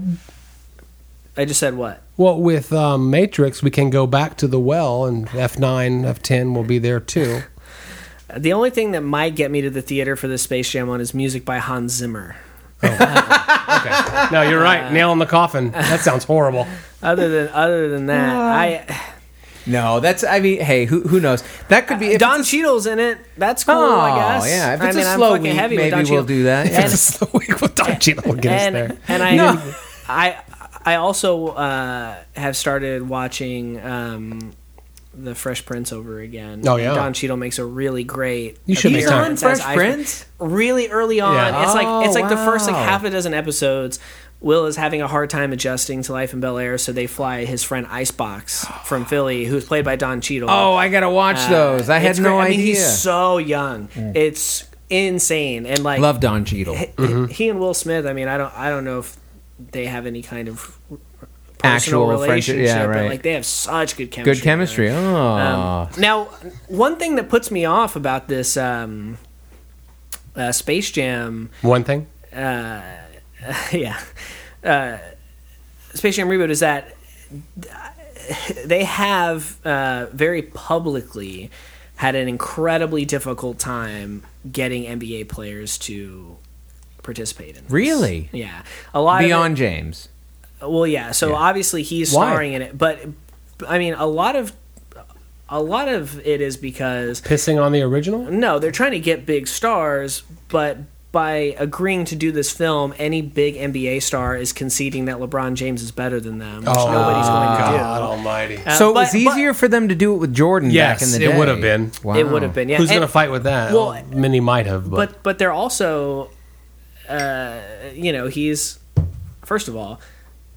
A: I just said what?
F: well, with um, Matrix, we can go back to the well, and F9, F10 will be there too.
A: The only thing that might get me to the theater for the Space Jam one is music by Hans Zimmer.
F: No, you're right. Nail in the coffin. That sounds horrible. Ah.
A: Other than other than that, I
G: No, that's. I mean, hey, who who knows? That could be. if
A: Don
G: it's a-
A: Cheadle's in it. That's cool.
G: Oh,
A: I guess.
G: yeah. If
A: I
G: it's a
A: mean, I'm
G: slow
A: fucking
G: week,
A: heavy with
G: maybe
A: Don
G: we'll
A: Cheadle.
G: do that. If
A: And-
J: It's a slow (laughs) week with Don Cheadle will get
A: and,
J: us there.
A: And I,
G: No.
A: (laughs) I, I also uh, have started watching um, the Fresh Prince over again.
J: Oh, yeah.
A: Don Cheadle makes a really great.
J: You should
A: appearance
J: make time.
G: He's on
A: as
G: Fresh
A: Iceman.
G: Prince?
A: Really early on,
J: Yeah.
A: it's like it's
G: Oh,
A: like the first like
G: wow.
A: half a dozen episodes. Will is having a hard time adjusting to life in Bel Air, so they fly his friend Icebox from Philly, who's played by Don Cheadle.
G: (laughs) Oh, I gotta watch those. I had
A: Uh, It's
G: no
A: great. I mean,
G: idea.
A: he's so young. It's insane, and like
G: Love Don Cheadle.
A: he- he and Will Smith. I mean, I don't, I don't know if they have any kind of personal
G: Actual friendship-
A: relationship.
G: yeah, right.
A: But like they have such good chemistry.
G: Good chemistry.
A: together.
G: Oh,
A: Um, now, one thing that puts me off about this um, uh, Space Jam,
J: One thing.
A: (laughs) yeah, uh, Space Jam reboot is that they have uh, very publicly had an incredibly difficult time getting NBA players to participate in this.
G: Really?
A: yeah a lot of it-
G: Beyond James.
A: well, yeah. So obviously he's
G: Why?
A: starring in it, but I mean, a lot of a lot of it is because
J: Pissing on the original?
A: no, they're trying to get big stars, but by agreeing to do this film, any big NBA star is conceding that LeBron James is better than them, which
J: Oh,
G: Oh,
A: nobody's going to
J: God
A: do.
J: almighty.
A: Uh,
G: so it
A: but-
G: was
A: but
G: easier for them to do it with Jordan
J: Yes,
G: back in the
J: it
G: day.
J: would've been.
G: Wow.
A: It would have been. Yeah.
J: Who's
A: And-
J: going to fight with that?
A: well,
J: many might have, but,
A: but but they're also, uh, you know, he's first of all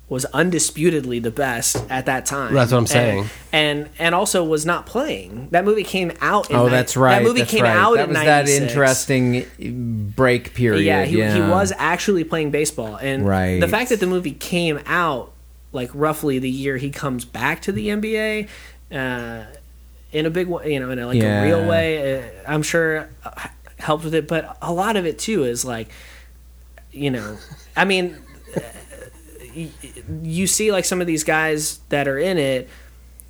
A: was undisputedly the best at that time.
J: That's what I'm
A: And-
J: saying.
A: And and, also was not playing. That movie came out. In
G: Oh,
A: ni-
G: that's right.
A: That movie
G: that's
A: came
G: right.
A: out.
G: That
A: in
G: was that
A: 96.
G: interesting eh, break period.
A: Yeah,
G: Yeah,
A: he, he was actually playing baseball, and
G: Right.
A: the fact that the movie came out like roughly the year he comes back to the NBA. Uh, in a big way, you know, in a, like
G: Yeah.
A: a real way, uh, I'm sure uh, h- helped with it. But a lot of it too is like, you know, I mean, uh, y- you see like some of these guys that are in it,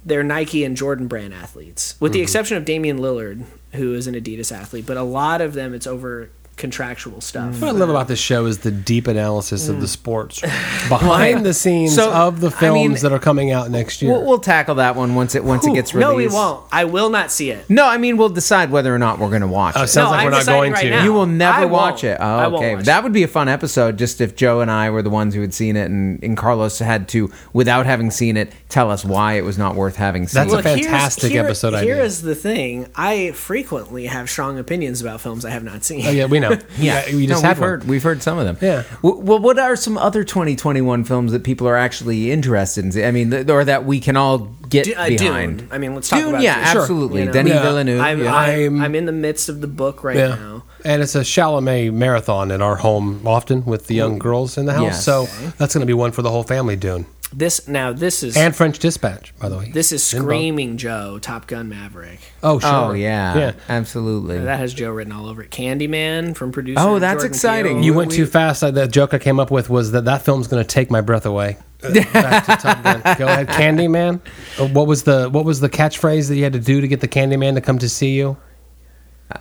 A: they're Nike and Jordan brand athletes, with
G: Mm-hmm.
A: the exception of Damian Lillard, who is an Adidas athlete. But a lot of them, it's over contractual stuff.
G: Mm.
J: what I love about this show is the deep analysis of the
G: (laughs)
J: sports behind the scenes
G: So,
J: of the
G: I mean-
J: films that are coming out next year.
G: We'll, we'll tackle that one once it once it gets released.
A: no, we won't. I will not see it.
G: No, I mean we'll decide whether or not we're going to watch
J: Oh,
G: it.
J: Sounds
A: no,
J: like
A: I'm
J: we're not
A: deciding
J: going
A: right
J: to.
A: now.
G: You will never
A: I won't.
G: watch it.
A: I
G: Oh,
A: won't
G: okay.
A: watch it.
G: That would be a fun episode just if Joe and I were the ones who had seen it and, and Carlos had to, without having seen it, tell us why it was not worth having seen
J: That's a
G: it.
A: Look, here's-
J: fantastic
A: here-
J: episode idea.
A: Here is the thing: I frequently have strong opinions about films I have not seen.
J: oh, yeah, we
G: (laughs)
J: know.
F: Uh,
J: yeah, we just
G: no,
J: had
G: we've
J: one.
G: heard we've heard some of them.
J: Yeah.
G: W- Well, what are some other 2021 films that people are actually interested in? I mean, th- or that we can all get
A: D- uh,
G: behind?
A: Dune. I mean, let's talk
G: Dune,
A: about
G: yeah,
A: Dune.
G: absolutely.
A: You know,
G: Denis
J: Yeah.
G: Villeneuve.
A: I'm,
G: yeah.
A: I'm
J: I'm-
A: I'm in the midst of the book right
J: Yeah.
A: now.
J: And it's a Chalamet marathon in our home often with the young girls in the house.
G: Mm. Yes.
J: So that's going to be one for the whole family doing.
A: This now this is
J: And French Dispatch, by the way.
A: this is
J: In both.
A: screaming Joe Top Gun Maverick.
J: Oh, sure.
G: oh yeah,
J: Yeah.
G: absolutely.
A: That has Joe written all over it. Candyman from producer.
G: Oh, that's
A: Jordan
G: exciting.
A: Peele.
J: You
G: We-
J: went
G: we-
J: too fast. I, the joke I came up with was that that film's going to take my breath away. Uh, Back to Top Gun. (laughs) Go ahead, Candyman. Uh, What was the what was the catchphrase that you had to do to get the Candyman to come to see you?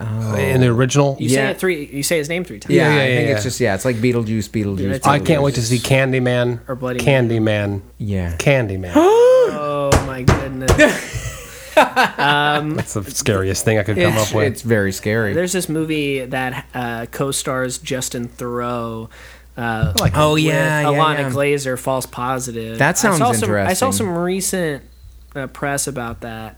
J: Uh, In the original,
A: You
G: yeah.
A: say it three. You say his name three times.
G: yeah,
J: yeah,
G: I
J: yeah,
G: think
J: yeah.
G: it's just yeah, it's like Beetlejuice, Beetlejuice.
A: it's-
J: I can't
G: Beetlejuice.
J: wait to see Candyman
A: Or Bloody
J: Candyman,
G: Yeah.
J: Candyman.
A: Oh my
G: (laughs)
A: goodness.
J: That's the scariest thing I could come
G: It's,
J: up with.
G: it's very scary.
A: There's this movie that uh, co-stars Justin Theroux. Uh,
G: oh
A: with
G: yeah, yeah,
A: Alana
G: yeah.
A: Glazer, false positive.
G: That sounds
A: I saw some, I
G: interesting.
A: saw some recent uh, press about that.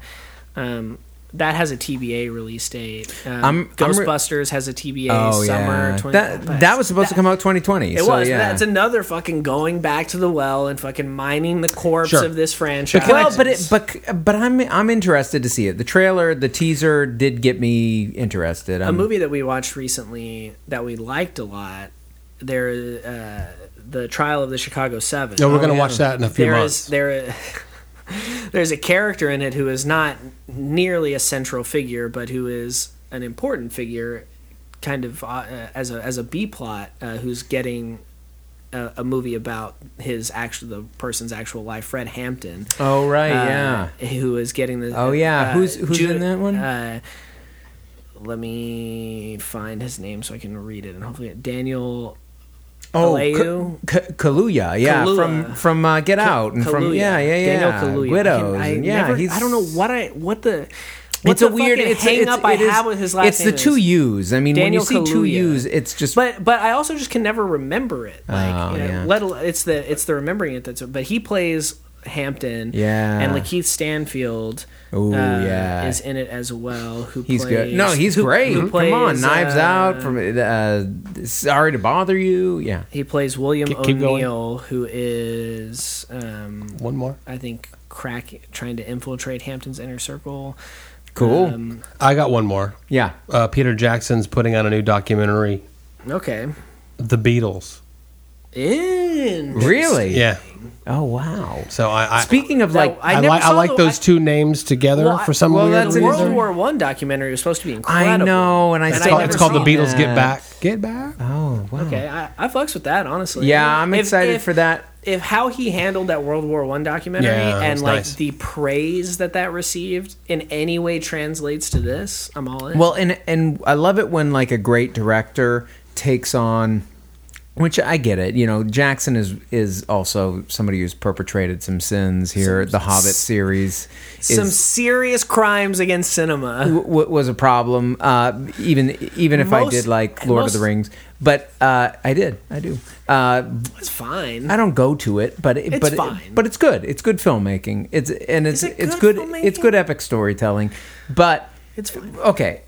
A: Um, that has a TBA release date. Um,
G: I'm- I'm re-
A: Ghostbusters has a TBA
G: Oh
A: summer.
G: yeah,
A: 20
G: that, that was supposed to come out 2020.
A: It
G: so,
A: was.
G: Yeah.
A: That's another fucking going back to the well and fucking mining the corpse
J: Sure.
A: of this franchise.
G: well, but it, but but I'm I'm interested to see it. The trailer, the teaser did get me interested.
A: a
J: Um,
G: I'm-
A: movie that we watched recently that we liked a lot. There, uh, the trial of the Chicago Seven.
J: No, we're going to watch that in a few
A: There
J: months.
A: is there (laughs) there's a character in it who is not nearly a central figure but who is an important figure kind of uh, as a as a b plot uh, who's getting a, a movie about his actual the person's actual life fred hampton
G: Oh right,
A: uh,
G: yeah.
A: who is getting the
G: Oh, yeah. Who's- who's in that one?
A: uh, let me find his name so I can read it and hopefully Daniel Vallejo?
G: Oh, K- K- Kaluuya, yeah,
A: Kaluuya.
G: from from uh, Get Out and from
A: Kaluuya.
G: yeah, yeah, yeah,
A: Daniel Kaluuya.
G: Widows,
A: I,
G: and yeah,
A: never-
G: he's
A: I don't know what I what the. What
G: it's
A: the
G: a weird
A: fucking
G: it's,
A: hang
G: it's,
A: up I
G: it is-
A: have with his last
G: It's
A: name
G: the two
A: is.
G: U's. I mean,
A: Daniel
G: when you see two
A: Kaluuya.
G: U's, it's just
A: But but I also just can never remember it. Like
G: Oh,
A: you know,
G: yeah.
A: let al- it's the it's the remembering it that's but he plays Hampton.
G: Yeah.
A: And Lakeith Stanfield uh,
G: Ooh, yeah.
A: is in it as well. Who
G: He's
A: plays,
G: good. No, he's
A: who-
G: great.
A: who
G: Come on,
A: plays,
G: Knives
A: uh,
G: Out. From uh, Sorry to bother you. Yeah,
A: He plays William
J: Keep- keep going.
A: O'Neill, who is um,
J: One more.
A: I think crack trying to infiltrate Hampton's inner circle.
G: cool.
A: Um,
J: I got one more.
G: yeah,
J: Uh, Peter Jackson's putting out a new documentary,
A: okay.
J: The Beatles.
A: In
G: really.
J: Yeah.
G: Oh wow.
J: So I, I
G: Speaking of like,
A: I
J: I,
A: never
J: like I
A: saw
J: like
A: the-
J: those
A: I-
J: two names together
A: Well, I-
J: for some
G: well,
J: weird
G: that's
A: The
J: reason.
G: interesting.
A: World War One documentary was supposed to be incredible.
G: I know, and I
A: It's
J: It's
G: still
J: called,
A: I've
J: it's
A: never
J: called The
A: seen
J: Beatles
G: that.
J: Get Back. Get Back.
G: Oh wow.
A: Okay, I, I fucks with that honestly.
G: Yeah, I'm
A: If-
G: excited
A: if-
G: for that.
A: If how he handled that World War One documentary
J: Yeah,
A: and
J: it's
A: like
J: nice.
A: the praise that that received in any way translates to this, I'm all in.
G: Well, and and I love it when like a great director takes on which I get it. You know, Jackson is is also somebody who's perpetrated some sins here. the Hobbit series is,
A: some serious crimes against cinema.
G: w- w- was a problem. Uh, even even if I
A: Most-
G: did like Lord of the
A: most-
G: Rings, but uh, I did, I do. Uh,
A: It's fine.
G: I don't go to it, but it,
A: It's
G: but it-
A: fine.
G: but it's good. It's good filmmaking. It's and it's
A: it
G: it's
A: good
G: good. It's good epic storytelling. But
A: It's fine.
G: okay.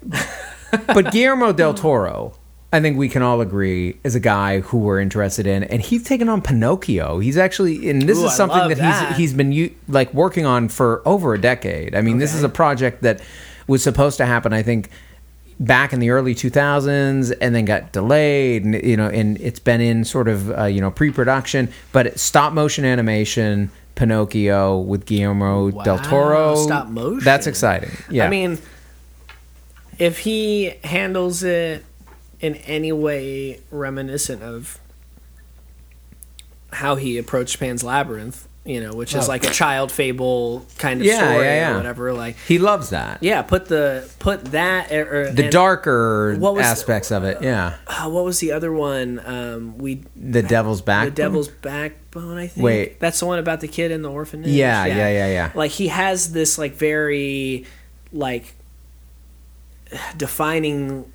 G: but Guillermo del Toro, I think we can all agree, is a guy who we're interested in, and he's taken on Pinocchio. He's actually, and this
A: Ooh,
G: is
A: I
G: something
A: love
G: that,
A: that.
G: he's he's been u- like working on for over a decade. I mean, this is a project that was supposed to happen, I think, back in the early 2000s, and then got delayed. And you know, and it's been in sort of uh, you know pre-production, but it's stop motion animation. Pinocchio with Guillermo del
A: Wow,
G: Toro.
A: stop motion.
G: That's exciting. Yeah.
A: I mean, if he handles it in any way reminiscent of how he approached Pan's Labyrinth, you know, which is like a child fable kind of
G: Oh. Yeah,
A: story
G: yeah, yeah.
A: or whatever, like
G: He loves that.
A: yeah, put the put that or, or-
G: The
A: and,
G: darker
A: What was-
G: aspects of it, yeah.
A: uh, what was the other one? Um, we
G: The devil's back.
A: the devil's backbone. I think.
G: Wait.
A: that's the one about the kid in the orphanage.
G: Yeah, yeah, yeah, yeah.
A: Like he has this like very like defining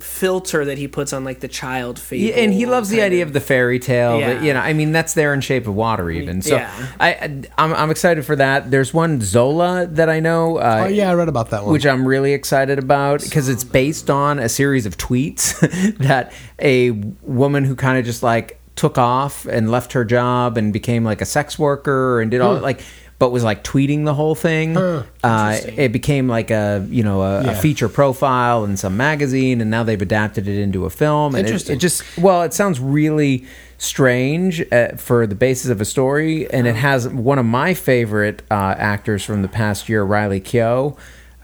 A: filter that he puts on like the child fable.
G: Yeah, and he loves the
A: kind
G: idea of the fairy tale.
A: Yeah.
G: But, you know, I mean, that's there in Shape of Water, even. So
A: Yeah.
G: I, I'm, I'm excited for that. There's one Zola that I know. Uh,
J: Oh yeah, I read about that one.
G: Which I'm really excited about because it's based on a series of tweets (laughs) that a woman who kind of just like took off and left her job and became like a sex worker and did all like, but was like tweeting the whole thing. Uh, it became like a you know a, a feature profile in some magazine, and now they've adapted it into a film. And it,
J: Interesting.
G: it just well, it sounds really strange uh, for the basis of a story, and it
J: Oh.
G: has one of my favorite uh, actors from the past year, Riley Keough,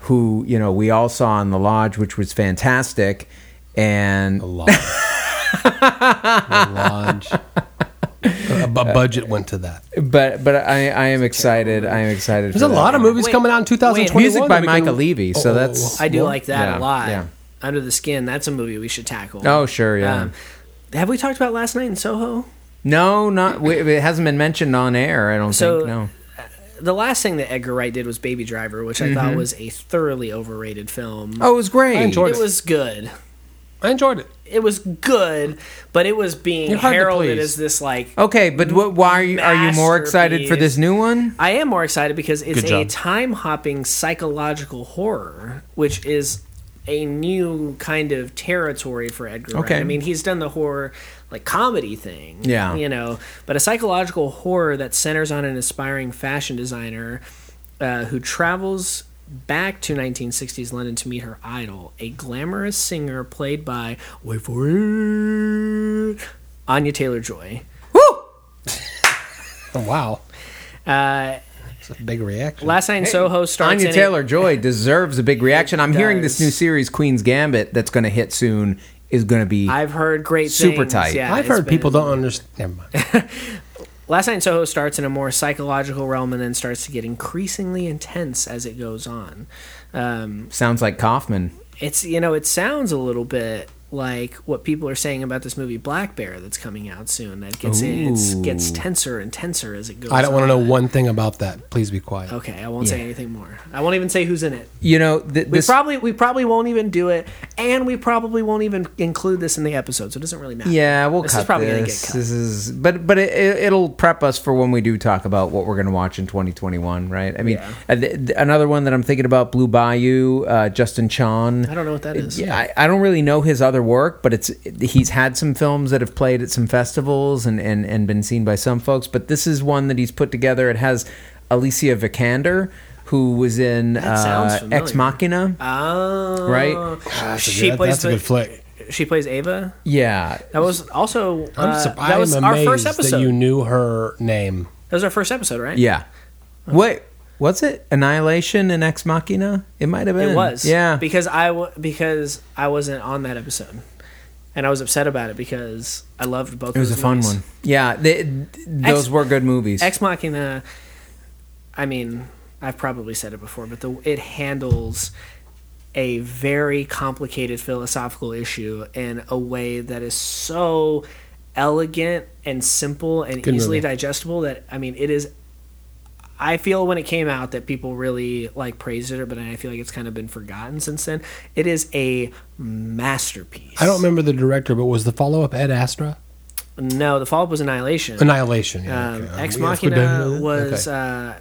G: who you know we all saw in The Lodge, which was fantastic, and
J: The lodge. (laughs) the lodge. A, bu- budget went to that.
G: but but I, I am excited. I am excited.
J: There's a lot of movies
A: Wait,
J: coming out in
A: wait,
J: 2021.
G: music
J: that
G: by
J: we Oh. can-
G: Michael Levy, so that's
A: I do like that a
G: Yeah,
A: lot.
G: yeah.
A: Under the Skin, that's a movie we should tackle. Um,
G: Oh, sure, yeah.
A: have we talked about last night in Soho?
G: no, not we- it hasn't been mentioned on air. I don't
A: So-
G: think no.
A: The last thing that Edgar Wright did was Baby Driver, which I thought was a thoroughly overrated film.
G: Mm-hmm. Oh, it was great.
J: I enjoyed
A: it was good.
J: I enjoyed it.
A: It was good, but it was being
J: You're hard to
A: heralded
J: please.
A: as this like
G: Okay, but wh- why are you, are you more excited for this new one?
A: I am more excited because it's
J: Good
A: a
J: job.
A: time hopping psychological horror, which is a new kind of territory for Edgar Wright.
G: Okay.
A: I mean, he's done the horror like comedy thing,
G: Yeah.
A: you know, but a psychological horror that centers on an aspiring fashion designer uh, who travels back to 1960s London to meet her idol, a glamorous singer played by wait for it, Anya Taylor Joy.
J: Oh, wow.
A: Uh,
J: It's a big reaction.
A: Last Night in Soho starts
G: Anya
A: in a- (laughs)
G: Taylor Joy deserves a big reaction. I'm hearing this
A: does.
G: new series, Queen's Gambit, that's going to hit soon, is going to be.
A: I've heard great
G: Super
A: things.
G: tight.
A: Yeah,
J: I've
A: it's
J: heard
A: been-
J: people don't understand. Never mind.
A: Last Night in Soho starts in a more psychological realm and then starts to get increasingly intense as it goes on. Um,
G: sounds like Kaufman.
A: it's you know it sounds a little bit like what people are saying about this movie Black Bear that's coming out soon. That gets it
G: Ooh.
A: gets tenser and tenser as it goes.
J: I don't want to
A: on.
J: know one thing about that. Please be quiet.
A: Okay, I won't say anything more. I won't even say who's in it.
G: You know, th-
A: We
G: this
A: probably we probably won't even do it, and we probably won't even include this in the episode, so it doesn't really matter.
G: Yeah, we'll
A: This is
G: cut
A: probably gonna
G: this.
A: get cut.
G: This is, but but it, it, it'll prep us for when we do talk about what we're going to watch in 2021, right? I mean, uh, th- th- another one that I'm thinking about, Blue Bayou, uh, Justin Chan.
A: I don't know what that is.
G: Uh, Yeah, I, I don't really know his other work, but it's he's had some films that have played at some festivals and, and, and been seen by some folks. But this is one that he's put together. It has Alicia Vikander, who was in
A: sounds
G: uh,
A: familiar.
G: Ex Machina.
A: Oh,
G: Right?
J: That's a
A: she
J: good,
A: plays
J: that's a good
A: the-
J: flick.
A: she plays Ava.
G: yeah,
A: That was also
J: I'm,
A: uh,
J: surp-
A: that was
J: I'm
A: our
J: amazed
A: first episode.
J: that you knew her name.
A: that was our first episode, right?
G: Yeah. What was it? Annihilation and Ex Machina? It might have been.
A: it was.
G: Yeah.
A: because I w- because I wasn't on that episode, and I was upset about it because I loved both.
G: it was a fun one. Yeah, they, th- those
A: Ex-
G: were good movies.
A: Ex Machina. I mean, I've probably said it before, but the it handles a very complicated philosophical issue in a way that is so elegant and simple and
J: Good
A: easily
J: movie.
A: digestible that I mean, it is. I feel when it came out that people really like praised it, but I feel like it's kind of been forgotten since then. It is a masterpiece.
J: I don't remember the director, but was the follow up Ed Astra?
A: No, the follow up was Annihilation.
J: Annihilation. Yeah,
A: Um,
J: okay. Um,
A: Ex
J: yeah, that's good to
A: Machina
J: know.
A: was
J: Okay.
A: uh,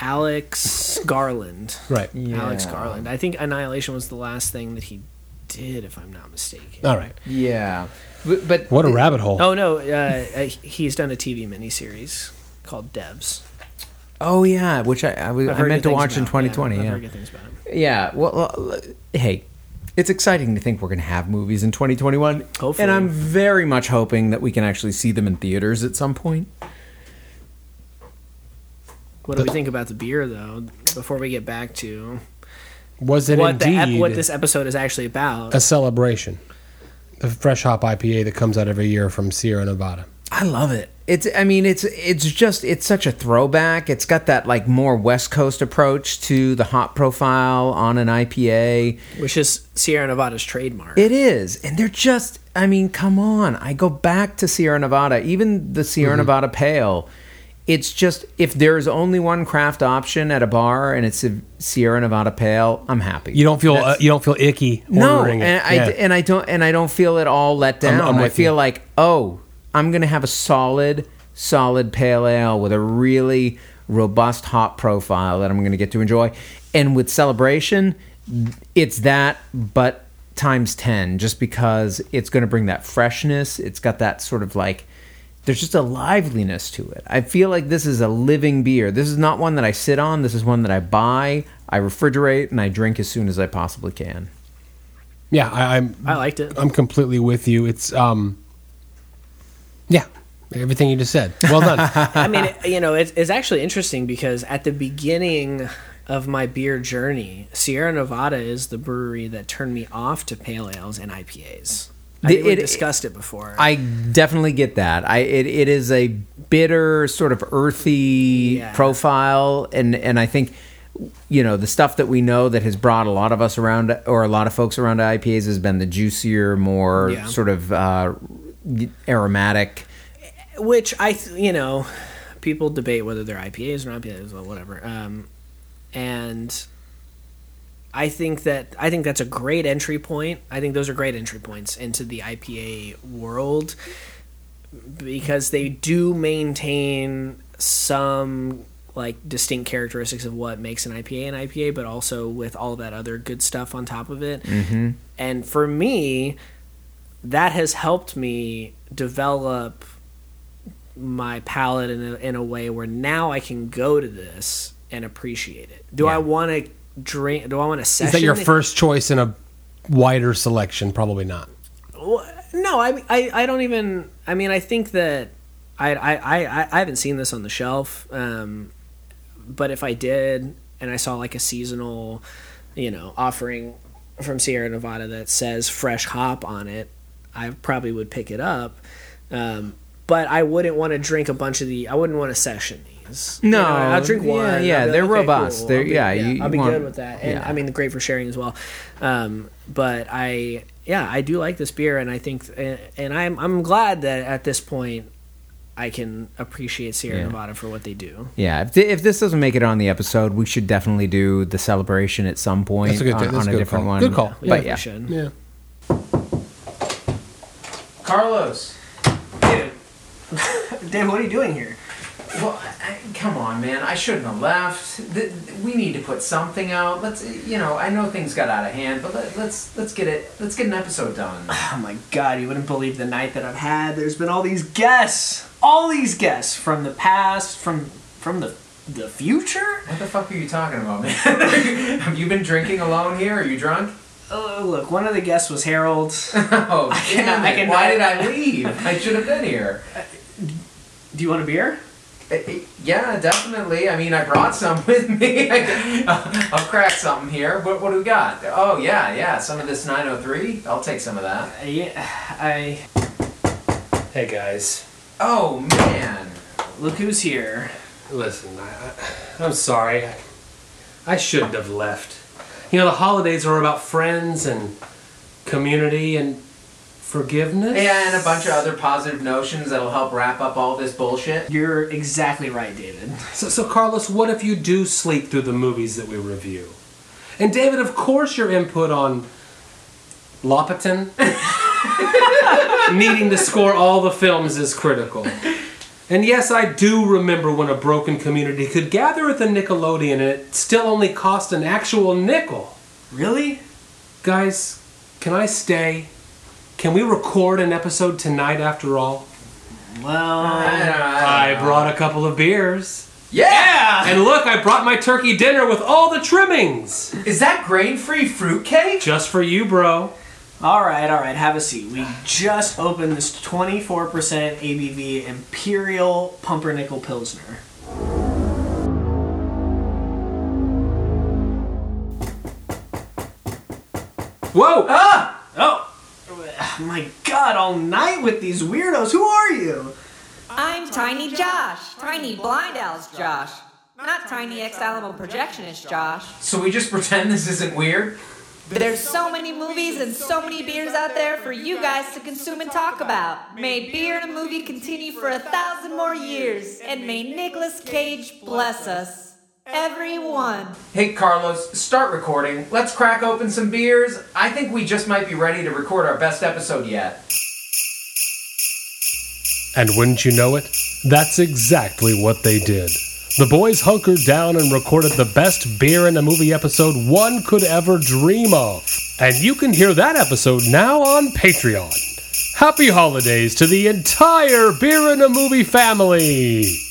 A: Alex
G: (laughs)
A: Garland.
J: right.
A: Alex Garland. I think Annihilation was the last thing that he did, if I'm not mistaken.
G: Uh,
J: All right.
G: yeah. But, but
J: What a rabbit hole.
A: Oh no, uh, uh, he's done a TV miniseries called Devs.
G: oh yeah, which I I, was,
A: I've
G: I
A: heard
G: meant
A: good
G: to
A: things
G: watch in
A: about it.
G: 2020.
A: I've
G: Yeah.
A: heard good things about it.
G: Yeah. Well, well, hey, it's exciting to think we're going to have movies in 2021.
A: Hopefully.
G: And I'm very much hoping that we can actually see them in theaters at some point.
A: What do we think about the beer, though? Before we get back to
J: was it
A: what the
J: indeed
A: ep- what this episode is actually about,
J: a celebration? The fresh hop IPA that comes out every year from Sierra Nevada.
G: I love it. It's I mean it's it's just it's such a throwback. It's got that like more West Coast approach to the hop profile on an IPA.
A: which is Sierra Nevada's trademark.
G: It is. And they're just, I mean, come on. I go back to Sierra Nevada, even the
J: Mm-hmm.
G: Sierra Nevada Pale. It's just, if there's only one craft option at a bar and it's a Sierra Nevada Pale, I'm happy.
J: You don't feel uh,
G: That's-
J: you don't feel icky
G: no,
J: ordering
G: and
J: it.
G: I
J: Yeah.
G: and I don't and I don't feel at all let down.
J: I'm
G: I
J: with
G: feel
J: you.
G: like oh, I'm gonna have a solid, solid pale ale with a really robust hop profile that I'm gonna get to enjoy, and with celebration, it's that but times ten just because it's gonna bring that freshness. It's got that sort of like. There's just a liveliness to it. I feel like this is a living beer. This is not one that I sit on. This is one that I buy, I refrigerate, and I drink as soon as I possibly can.
J: yeah, I, I'm
A: I liked
G: Oh,
A: it.
J: I'm completely with you. It's um, yeah, everything you just said. Well (laughs) done.
A: I mean, it, you know, it's, it's actually interesting because at the beginning of my beer journey, Sierra Nevada is the brewery that turned me off to pale ales and IPAs. I
G: The-
A: think we
G: it-
A: discussed it before.
G: I definitely get that. I it, it is a bitter sort of earthy
A: Yeah.
G: profile, and and I think you know the stuff that we know that has brought a lot of us around or a lot of folks around to IPAs has been the juicier, more
A: Yeah.
G: sort of uh, aromatic.
A: which I, th- you know, people debate whether they're IPAs or not IPAs or whatever. Um, and I think that I think that's a great entry point. I think those are great entry points into the IPA world because they do maintain some like distinct characteristics of what makes an IPA an IPA, but also with all that other good stuff on top of it. Mm-hmm. And for me, that has helped me develop my palate in a, in a way where now I can go to this and appreciate it. Do I want to drink? Do I want to session?
J: Is that your first choice in a wider selection? Probably not.
A: Well, no, I, I I don't even. I mean, I think that I I I, I haven't seen this on the shelf. Um, but if I did, and I saw like a seasonal, you know, offering from Sierra Nevada that says fresh hop on it, I probably would pick it up. Um, but I wouldn't want to drink a bunch of the. I wouldn't want to session these. You
G: No,
A: know, I'll drink
G: yeah,
A: one. I'll be
G: yeah,
A: like,
G: they're
A: "Okay,
G: robust.
A: cool,
G: They're-
A: I'll be,
G: yeah, you-
A: I'll
G: you
A: be
G: want-
A: good with that. And
G: yeah.
A: I mean, great for sharing as well. Um, but I yeah, I do like this beer, and I think, and, and I'm I'm glad that at this point, I can appreciate Sierra
K: Yeah.
A: Nevada for what they do.
K: Yeah, if, thi- if this doesn't make it on the episode, we should definitely do the celebration at some point
F: That's a good-
K: on,
F: that's
K: on
F: a
K: a
F: good
K: different
F: call.
K: one.
F: Good call.
A: We
K: But
A: definitely
K: yeah,
A: should.
F: Yeah.
G: Carlos.
A: Dude, Dave, what are you doing here?
G: Well, I, I- come on, man. I shouldn't have left. Th- th- we need to put something out. Let's, you know, I know things got out of hand, but let, let's let's get it. Let's get an episode done.
A: Oh my god, you wouldn't believe the night that I've had. There's been all these guests, all these guests from the past, from from the the future.
G: What the fuck are you talking about, man? (laughs) have you been drinking alone here? Are you drunk?
A: Oh, look, one of the guests was Harold. (laughs)
G: Oh,
A: can't-
G: damn
A: I
G: it.
A: can-
G: Why did I leave? I should have been here.
A: Do you want a beer?
G: Uh, uh, Yeah, definitely. I mean, I brought some (laughs) with me. I'll crack something here. What, what do we got? Oh, yeah, yeah. Some of this 903. I'll take some of that.
A: Uh, yeah, I
C: Hey guys,
G: Oh, man.
A: look who's here.
C: listen, I, I, I'm sorry. I, I shouldn't have left. You know, the holidays are about friends and community and forgiveness.
G: Yeah, and a bunch of other positive notions that'll help wrap up all this bullshit.
A: You're exactly right, David.
C: So, so, Carlos, what if you do sleep through the movies that we review? And David, of course, your input on Lopatin (laughs) needing to score all the films is critical. And yes, I do remember when a broken community could gather at the Nickelodeon and it still only cost an actual nickel.
A: Really?
C: Guys, can I stay? Can we record an episode tonight after all?
A: Well,
G: I don't know, I
C: I
G: don't know.
C: brought a couple of beers.
G: Yeah!
C: And look, I brought my turkey dinner with all the trimmings.
G: Is that grain free fruitcake?
C: Just for you, bro.
A: all right, all right. Have a seat. We just opened this 24% ABV Imperial Pumpernickel Pilsner.
C: Whoa!
A: Oh. (sighs) My god, all night with these weirdos. Who are you?
L: I'm Tiny Josh, Tiny Blind Owl's Josh, not Tiny Exhalable Projectionist Josh.
G: So we just (laughs) pretend this isn't weird?
L: There's so many movies and so many beers out there for you guys to consume and talk about. May beer and a movie continue for a thousand more years, and may Nicolas Cage bless us. Everyone.
G: Hey, Carlos, start recording. Let's crack open some beers. I think we just might be ready to record our best episode yet.
F: And wouldn't you know it? That's exactly what they did. The boys hunkered down and recorded the best beer in a movie episode one could ever dream of. And you can hear that episode now on Patreon. Happy holidays to the entire Beer in a Movie family!